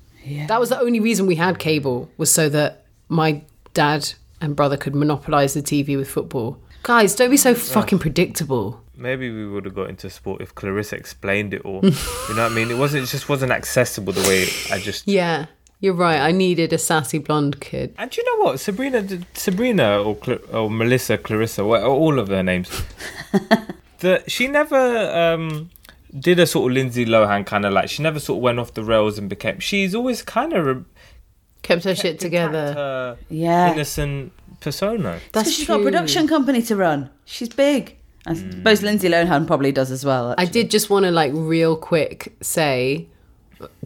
[SPEAKER 1] That was the only reason we had cable was so that my dad and brother could monopolize the TV with football. Guys, don't be so fucking predictable.
[SPEAKER 3] Maybe we would have got into sport if Clarissa explained it all. you know what I mean? It wasn't. It just wasn't accessible the way I just.
[SPEAKER 1] Yeah, you're right. I needed a sassy blonde kid.
[SPEAKER 3] And do you know what? Sabrina, did- Sabrina, or Cl- or Melissa, Clarissa, wha- all of their names. the, she never um, did a sort of Lindsay Lohan kind of like. She never sort of went off the rails and became. She's always kind of. Re-
[SPEAKER 1] Kept her shit
[SPEAKER 3] intact,
[SPEAKER 1] together.
[SPEAKER 3] her
[SPEAKER 1] Uh.
[SPEAKER 2] Yeah.
[SPEAKER 3] innocent persona.
[SPEAKER 1] That's
[SPEAKER 2] so she's got
[SPEAKER 1] true.
[SPEAKER 2] a production company to run. She's big. I suppose Lindsay Lohan probably does as well.
[SPEAKER 1] I did just want to like real quick say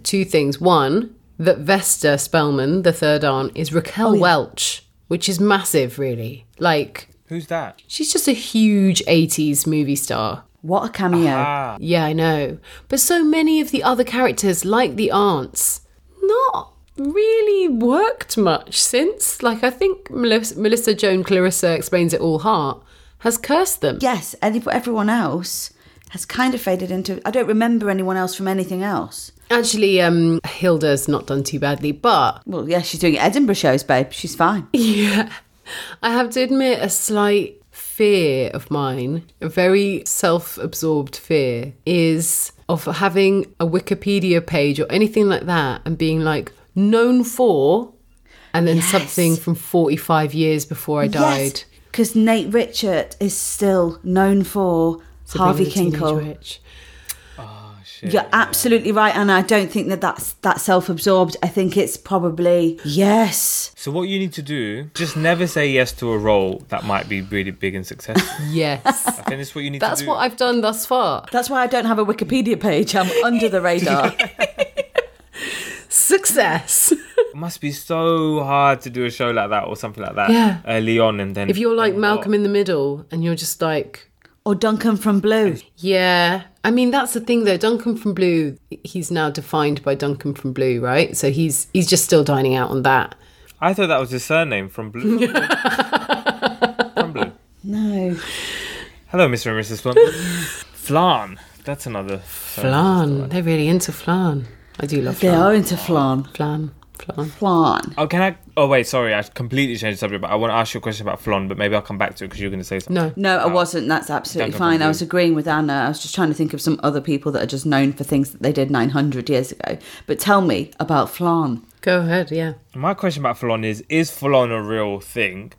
[SPEAKER 1] two things. One, that Vesta Spellman, the third aunt, is Raquel Welch, which is massive, really. Like
[SPEAKER 3] Who's that?
[SPEAKER 1] she's just a huge '80s movie star.
[SPEAKER 2] What a cameo.
[SPEAKER 3] Ah,
[SPEAKER 1] Yeah, I know. But so many of the other characters, like the aunts, not really worked much since. Like I think Melissa, Melissa Joan Clarissa explains it all. Heart has cursed them.
[SPEAKER 2] Yes, any, everyone else has kind of faded into. I don't remember anyone else from anything else.
[SPEAKER 1] Actually, um, Hilda's not done too badly, but
[SPEAKER 2] Well, yeah, she's doing Edinburgh shows, babe. She's fine.
[SPEAKER 1] Yeah. I have to admit a slight fear of mine, a very self absorbed fear, is of having a Wikipedia page or anything like that and being like known for and then
[SPEAKER 2] Yes.
[SPEAKER 1] something from 45 years before I died.
[SPEAKER 2] Because Nate Richard is still known for Harvey
[SPEAKER 1] Sabrina the Teenage
[SPEAKER 2] Kinkle.
[SPEAKER 1] Witch.
[SPEAKER 3] shit.
[SPEAKER 2] You're absolutely right, and I don't think that that's that self-absorbed. I think it's probably yes.
[SPEAKER 3] So what you need to do, just never say yes to a role that might be really big and successful.
[SPEAKER 1] Yes.
[SPEAKER 3] I think that's what you need
[SPEAKER 1] That's
[SPEAKER 3] to do.
[SPEAKER 1] what I've done thus far.
[SPEAKER 2] That's why I don't have a Wikipedia page. I'm under the radar.
[SPEAKER 1] Success.
[SPEAKER 3] It must be so hard to do a show like that or something like that
[SPEAKER 1] Yeah.
[SPEAKER 3] early on, and then
[SPEAKER 1] if you're like
[SPEAKER 3] then
[SPEAKER 1] Malcolm
[SPEAKER 3] what?
[SPEAKER 1] in the Middle and you're just like,
[SPEAKER 2] or Duncan from Blue.
[SPEAKER 1] Yeah. I mean that's the thing though, Duncan from Blue he's now defined by Duncan from Blue, right? So he's he's just still dining out on that.
[SPEAKER 3] I thought that was his surname from Blue. from Blue.
[SPEAKER 2] No.
[SPEAKER 3] Hello, Mr. and Mrs. Flan. Flan. That's another surname.
[SPEAKER 1] Flan. They're really into flan. I do love
[SPEAKER 2] They
[SPEAKER 1] flan.
[SPEAKER 2] are into flan.
[SPEAKER 1] Flan. Flan.
[SPEAKER 2] Flan.
[SPEAKER 3] Oh, can I? Oh, wait. Sorry, I completely changed the subject. But I want to ask you a question about Flan, but maybe I'll come back to it because you're going to say something.
[SPEAKER 1] No.
[SPEAKER 2] No, I wasn't. That's absolutely
[SPEAKER 3] Duncan from
[SPEAKER 2] fine. I
[SPEAKER 3] Blue.
[SPEAKER 2] was agreeing with Anna. I was just trying to think of some other people that are just known for things that they did 900 years ago. But tell me about flan.
[SPEAKER 1] Go ahead, yeah.
[SPEAKER 3] My question about Flan is: Is Flan a real thing?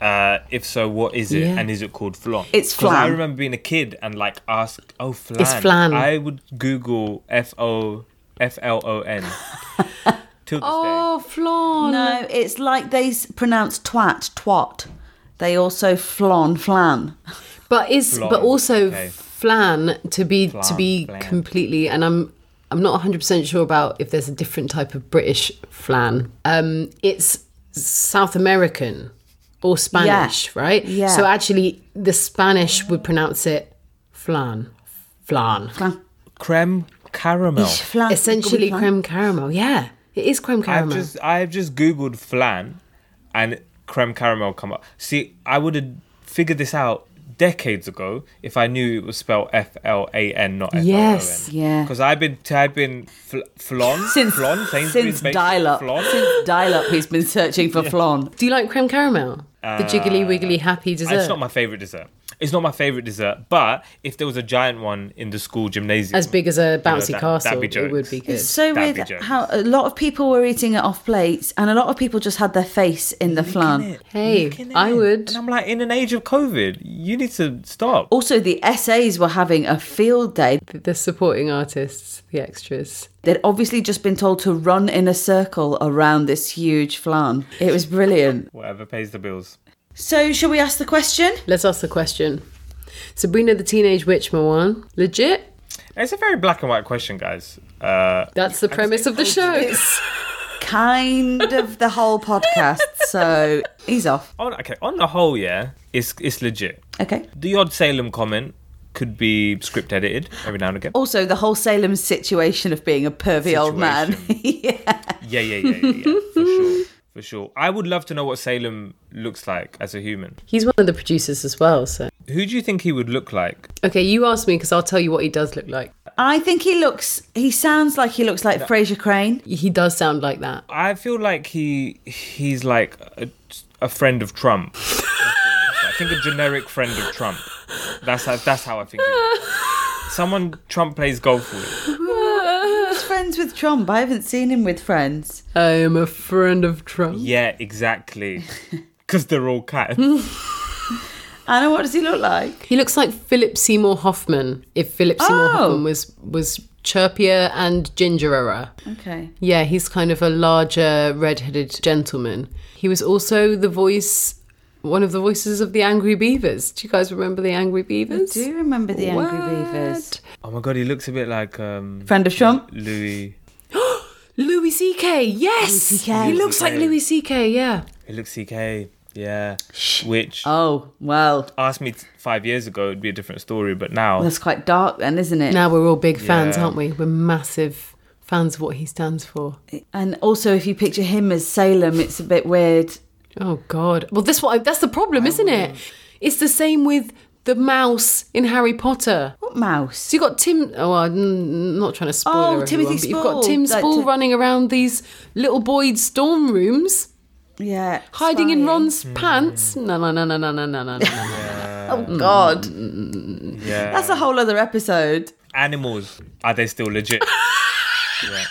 [SPEAKER 3] Uh, if so, what is it,
[SPEAKER 1] Yeah.
[SPEAKER 3] and is it called Flan?
[SPEAKER 2] It's
[SPEAKER 3] 'Cause I
[SPEAKER 2] flan.
[SPEAKER 3] remember being a kid and like asked, "Oh, Flan."
[SPEAKER 1] It's flan.
[SPEAKER 3] I would Google F O F L O N. Till this
[SPEAKER 1] Oh, flan.
[SPEAKER 2] No, it's like they s- pronounce twat, twat. They also flan, flan.
[SPEAKER 1] But is
[SPEAKER 3] Flan.
[SPEAKER 1] but also
[SPEAKER 3] Okay.
[SPEAKER 1] flan to be to
[SPEAKER 3] Flan,
[SPEAKER 1] be
[SPEAKER 3] flan.
[SPEAKER 1] completely and I'm I'm not 100% sure about if there's a different type of British flan. Um it's South American or Spanish, right?
[SPEAKER 2] Yeah.
[SPEAKER 1] So actually the Spanish would pronounce it flan. Flan.
[SPEAKER 2] Flan.
[SPEAKER 3] day. creme caramel.
[SPEAKER 2] Ish, flan.
[SPEAKER 1] Essentially
[SPEAKER 2] Flan.
[SPEAKER 1] creme caramel. Yeah. It is creme
[SPEAKER 3] I've
[SPEAKER 1] caramel.
[SPEAKER 3] just I've just googled flan, and creme caramel come up. See, I would have figured this out decades ago if I knew it was spelled F L A N, not F L O N.
[SPEAKER 1] Yes,
[SPEAKER 2] yeah.
[SPEAKER 3] Because I've been typing fl- flon
[SPEAKER 2] Since
[SPEAKER 3] flon
[SPEAKER 2] since
[SPEAKER 3] Sainsbury's baked
[SPEAKER 2] dial up,
[SPEAKER 3] flon.
[SPEAKER 2] since dial up, he's been searching for flan.
[SPEAKER 1] Do you like creme caramel? the jiggly wiggly happy dessert.
[SPEAKER 3] Uh, It's not my favorite dessert. It's not my favorite dessert, but if there was a giant one in the school gymnasium,
[SPEAKER 1] as big as a
[SPEAKER 3] know,
[SPEAKER 1] bouncy
[SPEAKER 3] that-
[SPEAKER 1] castle,
[SPEAKER 3] that'd be
[SPEAKER 1] it would
[SPEAKER 3] jokes.
[SPEAKER 1] be good.
[SPEAKER 2] It's so
[SPEAKER 3] That'd be
[SPEAKER 2] weird
[SPEAKER 3] jokes.
[SPEAKER 2] how a lot of people were eating it off plates, and a lot of people just had their face in the flan.
[SPEAKER 1] Hey,
[SPEAKER 3] Look at
[SPEAKER 1] I
[SPEAKER 3] it.
[SPEAKER 1] would. Oh.
[SPEAKER 3] And I'm like, in an age of COVID, you need to stop.
[SPEAKER 2] Also, the SAs were having a field day.
[SPEAKER 1] the supporting artists, the extras.
[SPEAKER 2] They'd obviously just been told to run in a circle around this huge flan. It was brilliant.
[SPEAKER 3] Whatever pays the bills.
[SPEAKER 2] So, shall we ask the question?
[SPEAKER 1] Let's ask the question. Sabrina the Teenage Witch, Moan. Legit?
[SPEAKER 3] It's a very black and white question, guys. Uh,
[SPEAKER 1] That's the premise of the show.
[SPEAKER 2] Kind of the whole podcast. So, he's off.
[SPEAKER 3] on okay, on the whole, yeah, it's it's legit.
[SPEAKER 2] Okay.
[SPEAKER 3] The odd Salem comment could be script edited every now and again.
[SPEAKER 2] Also, the whole Salem situation of being a pervy old man. yeah.
[SPEAKER 3] Yeah, yeah, yeah, yeah, yeah for sure, for sure. I would love to know what Salem looks like as a human.
[SPEAKER 1] He's one of the producers as well, so.
[SPEAKER 3] Who do you think he would look like?
[SPEAKER 1] Okay, you ask me because I'll tell you what he does look like.
[SPEAKER 2] I think he looks, he sounds like he looks like Fraser Crane.
[SPEAKER 1] He does sound like that.
[SPEAKER 3] I feel like he he's like a, a friend of Trump. I think a generic friend of Trump. That's how, that's how I think. he looks. Someone Trump plays golf with.
[SPEAKER 2] was friends with Trump. I haven't seen him with friends.
[SPEAKER 1] I am a friend of Trump.
[SPEAKER 3] Yeah, exactly. Because they're all cats.
[SPEAKER 2] Anna, what does he look like?
[SPEAKER 1] He looks like Philip Seymour Hoffman if Philip Seymour
[SPEAKER 2] Oh.
[SPEAKER 1] Hoffman was was chirpier and gingerer.
[SPEAKER 2] Okay.
[SPEAKER 1] Yeah, he's kind of a larger red-headed gentleman. He was also the voice one of the voices of the Angry Beavers. Do you guys remember the Angry Beavers?
[SPEAKER 2] Do you remember the Angry
[SPEAKER 1] What?
[SPEAKER 2] Beavers?
[SPEAKER 3] Oh my god, he looks a bit like um,
[SPEAKER 2] Friend of Trump?
[SPEAKER 3] Louis.
[SPEAKER 1] Louis C.K. Yes,
[SPEAKER 2] CK.
[SPEAKER 1] he looks like Louis C.K. Yeah,
[SPEAKER 3] He looks CK. Yeah. Which
[SPEAKER 2] Oh, well,
[SPEAKER 3] asked me t- five years ago, it'd be a different story, but now
[SPEAKER 2] that's quite dark then, isn't it?
[SPEAKER 1] now we're all big fans,
[SPEAKER 3] Yeah.
[SPEAKER 1] aren't we? We're massive fans of what he stands for.
[SPEAKER 2] And also, if you picture him as Salem, it's a bit weird.
[SPEAKER 1] Oh God! Well, this what that's the problem, isn't it? It's the same with the mouse in Harry Potter.
[SPEAKER 2] What mouse?
[SPEAKER 1] So you got Tim. Oh, I'm not trying to spoil
[SPEAKER 2] Oh,
[SPEAKER 1] everyone,
[SPEAKER 2] Timothy
[SPEAKER 1] but you've got
[SPEAKER 2] Spall,
[SPEAKER 1] Tim
[SPEAKER 2] like
[SPEAKER 1] Spall
[SPEAKER 2] to-
[SPEAKER 1] running around these little Boyd storm rooms,
[SPEAKER 2] Yeah.
[SPEAKER 1] hiding in
[SPEAKER 2] spying.
[SPEAKER 1] Ron's pants. No, no, no, no, no, no, no, no, no. Mm.
[SPEAKER 2] Oh, God.
[SPEAKER 3] yeah.
[SPEAKER 2] That's a whole other episode.
[SPEAKER 3] animals are they still legit? yeah.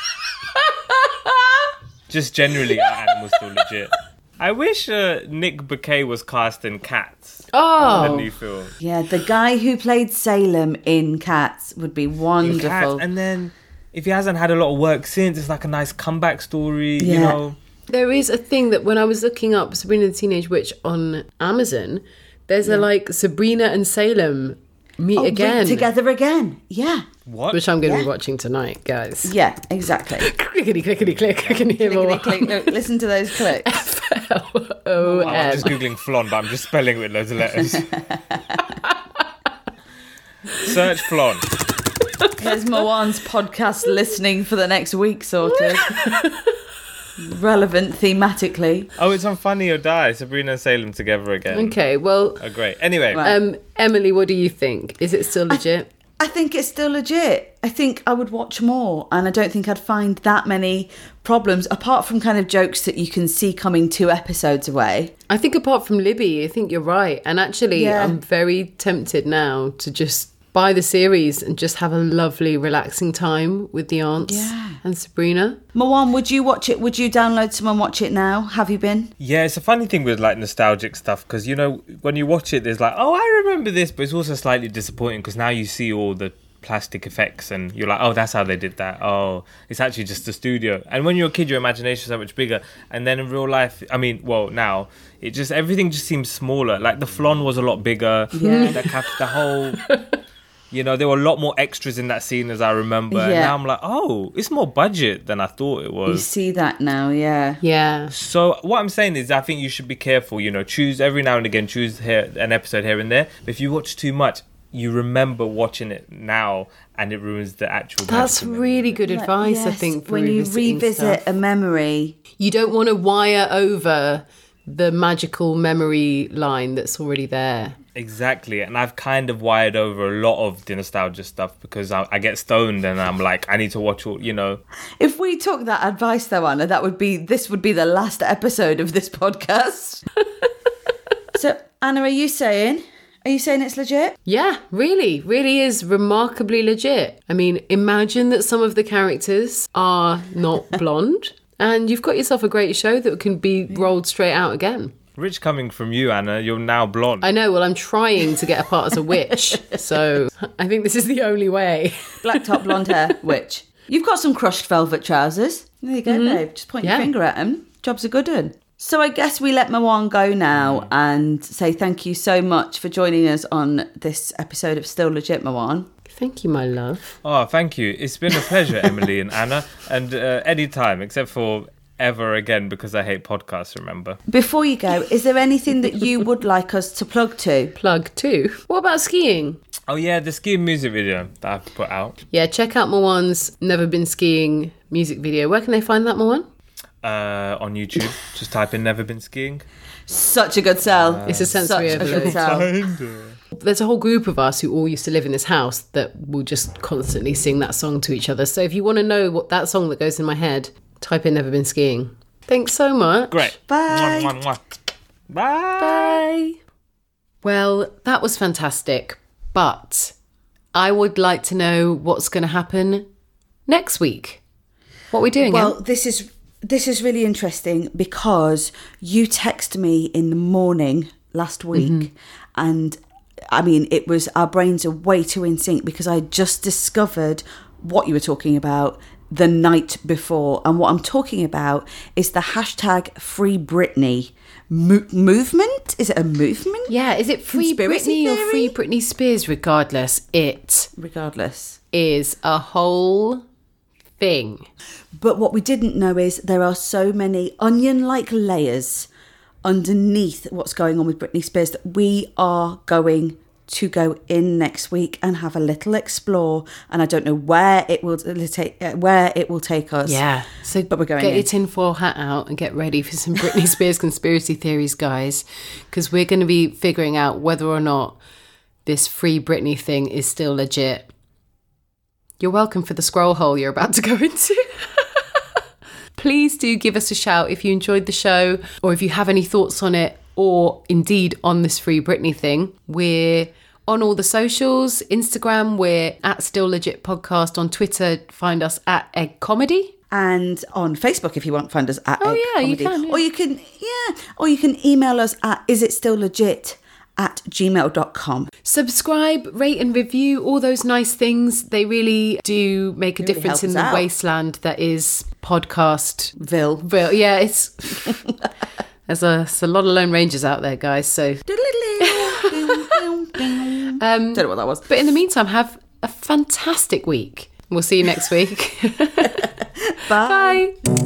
[SPEAKER 3] Just generally, are animals still legit? I wish uh, Nick Bouquet was cast in Cats, the
[SPEAKER 1] Oh,
[SPEAKER 3] new film.
[SPEAKER 2] Yeah, the guy who played Salem in Cats would be
[SPEAKER 3] In Cats,
[SPEAKER 2] wonderful.
[SPEAKER 3] and then if he hasn't had a lot of work since, it's like a nice comeback story. You
[SPEAKER 2] Yeah.
[SPEAKER 3] know,
[SPEAKER 1] there is a thing that when I was looking up Sabrina the Teenage Witch on Amazon, there's a like Sabrina and Salem meet
[SPEAKER 2] Oh,
[SPEAKER 1] again,
[SPEAKER 2] Together again. Yeah.
[SPEAKER 3] what?
[SPEAKER 1] which I'm going to be watching tonight, guys.
[SPEAKER 2] Yeah, exactly.
[SPEAKER 1] Clickety clickety click. I can hear my
[SPEAKER 2] Clickety-click. Look, Listen to those clicks.
[SPEAKER 1] O
[SPEAKER 3] Oh, I'm
[SPEAKER 1] M.
[SPEAKER 3] just googling Flon, but I'm just spelling it with loads of letters. Search Flon.
[SPEAKER 2] There's Moan's podcast listening for the next week, sorted. Relevant thematically.
[SPEAKER 3] Oh, it's on Funny or Die. Sabrina and Salem together again.
[SPEAKER 1] Okay, well,
[SPEAKER 3] Oh, great. Anyway,
[SPEAKER 1] um, Emily, what do you think? Is it still legit?
[SPEAKER 2] I think it's still legit. I think I would watch more, and I don't think I'd find that many problems, apart from kind of jokes that you can see coming two episodes away.
[SPEAKER 1] I think apart from Libby, I think you're right. And actually,
[SPEAKER 2] Yeah.
[SPEAKER 1] I'm very tempted now to just buy the series and just have a lovely, relaxing time with the aunts
[SPEAKER 2] Yeah.
[SPEAKER 1] and Sabrina.
[SPEAKER 2] Moan, would you watch it? Would you download some and watch it now? Have you been?
[SPEAKER 3] Yeah, it's a funny thing with like nostalgic stuff because you know when you watch it, there's like, oh, I remember this, but it's also slightly disappointing because now you see all the plastic effects and you're like, oh, that's how they did that. Oh, it's actually just the studio. And when you're a kid, your imagination's so much bigger. And then in real life, I mean, well, now it just everything just seems smaller. Like the Flon was a lot bigger.
[SPEAKER 2] Yeah.
[SPEAKER 3] The, caf- the whole. You know, there were a lot more extras in that scene as I remember. And
[SPEAKER 2] Yeah.
[SPEAKER 3] now I'm like, oh, it's more budget than I thought it was.
[SPEAKER 2] You see that now, yeah.
[SPEAKER 1] Yeah.
[SPEAKER 3] So what I'm saying is, I think you should be careful. You know, choose every now and again, choose here an episode here and there. But if you watch too much, you remember watching it now, and it ruins the actual.
[SPEAKER 1] That's
[SPEAKER 3] magic of it.
[SPEAKER 1] really good advice, I
[SPEAKER 2] Yes,
[SPEAKER 1] think, for
[SPEAKER 2] when you
[SPEAKER 1] revisiting
[SPEAKER 2] revisit
[SPEAKER 1] stuff.
[SPEAKER 2] a memory,
[SPEAKER 1] You don't want to wire over the magical memory line that's already there.
[SPEAKER 3] Exactly, and I've kind of wired over a lot of the nostalgia stuff because I, I get stoned and I'm like, I need to watch all, you know.
[SPEAKER 2] If we took that advice though, Anna, that would be this would be the last episode of this podcast. so, Anna, are you saying? Are you saying it's legit?
[SPEAKER 1] Yeah, really, really is remarkably legit. I mean, imagine that some of the characters are not blonde, and you've got yourself a great show that can be rolled straight out again.
[SPEAKER 3] Rich coming from you, Anna, you're now blonde.
[SPEAKER 1] I know, well, I'm trying to get a part as a witch, so I think this is the only way.
[SPEAKER 2] Black top, blonde hair, witch. You've got some crushed velvet trousers. There you go, babe. Just point
[SPEAKER 1] Mm-hmm. Yeah.
[SPEAKER 2] your finger at them. Job's a good one. So I guess we let Mawan go
[SPEAKER 1] Mm.
[SPEAKER 2] now and say thank you so much for joining us on this episode of Still Legit Mawan.
[SPEAKER 1] Thank you, my love.
[SPEAKER 3] Oh, thank you. It's been a pleasure, Emily and Anna, and uh, any time except for ever again because I hate podcasts. Remember?
[SPEAKER 2] Before you go, is there anything that you would like us to plug to?
[SPEAKER 1] Plug too. What about skiing?
[SPEAKER 3] Oh yeah, the ski music video that I've put out.
[SPEAKER 1] Yeah, check out Mawan's Never Been Skiing music video. Where can they find that, Mawan?
[SPEAKER 3] uh, on YouTube. Just type in "never been skiing."
[SPEAKER 2] Such a good sell.
[SPEAKER 1] It's a sensory
[SPEAKER 2] Such a
[SPEAKER 1] overload.
[SPEAKER 2] good sell.
[SPEAKER 1] There's a whole group of us who all used to live in this house that will just constantly sing that song to each other. So if you want to know what that song that goes in my head, type in Never Been Skiing. Thanks so much.
[SPEAKER 3] Great.
[SPEAKER 2] Bye.
[SPEAKER 3] Mwah, mwah, mwah. Bye.
[SPEAKER 1] Bye. Well, that was fantastic. But I would like to know what's going to happen next week. What are we doing? Em?
[SPEAKER 2] Well, this is this is really interesting because you texted me in the morning last week, and I mean, it was our brains are way too in sync because I just discovered what you were talking about the night before, and what I'm talking about is the hashtag Free Britney mo- movement. Is it a movement?
[SPEAKER 1] yeah, is it Free
[SPEAKER 2] Conspiracy
[SPEAKER 1] Britney or
[SPEAKER 2] theory?
[SPEAKER 1] Free Britney Spears? Regardless, it
[SPEAKER 2] Regardless.
[SPEAKER 1] is a whole thing.
[SPEAKER 2] But what we didn't know is there are so many onion like layers underneath what's going on with Britney Spears that we are going to go in next week and have a little explore and I don't know where it will take uh, where it will take us.
[SPEAKER 1] Yeah. So
[SPEAKER 2] But we're going
[SPEAKER 1] get
[SPEAKER 2] in.
[SPEAKER 1] your tinfoil hat out and get ready for some Britney Spears conspiracy theories, guys, because we're going to be figuring out whether or not this free Britney thing is still legit. You're welcome for the scroll hole you're about to go into. Please do give us a shout if you enjoyed the show or if you have any thoughts on it or indeed on this free Britney thing. We're on all the socials Instagram, we're at Still Legit Podcast. On Twitter, find us at Egg Comedy.
[SPEAKER 2] And on Facebook if you want find us at
[SPEAKER 1] Oh,
[SPEAKER 2] Egg
[SPEAKER 1] yeah, you
[SPEAKER 2] Comedy.
[SPEAKER 1] can, yeah.
[SPEAKER 2] Or you can yeah, or you can email us at is it still legit at gmail.com.
[SPEAKER 1] subscribe, rate, and review all those nice things. They really do make a
[SPEAKER 2] Really
[SPEAKER 1] difference
[SPEAKER 2] help
[SPEAKER 1] in
[SPEAKER 2] us
[SPEAKER 1] the
[SPEAKER 2] out.
[SPEAKER 1] wasteland that is podcast.
[SPEAKER 2] Vil.
[SPEAKER 1] But yeah, it's there's a, there's a lot of lone rangers out there, guys. So,
[SPEAKER 2] um, don't know what that was.
[SPEAKER 1] but in the meantime, have a fantastic week. We'll see you next week. Bye.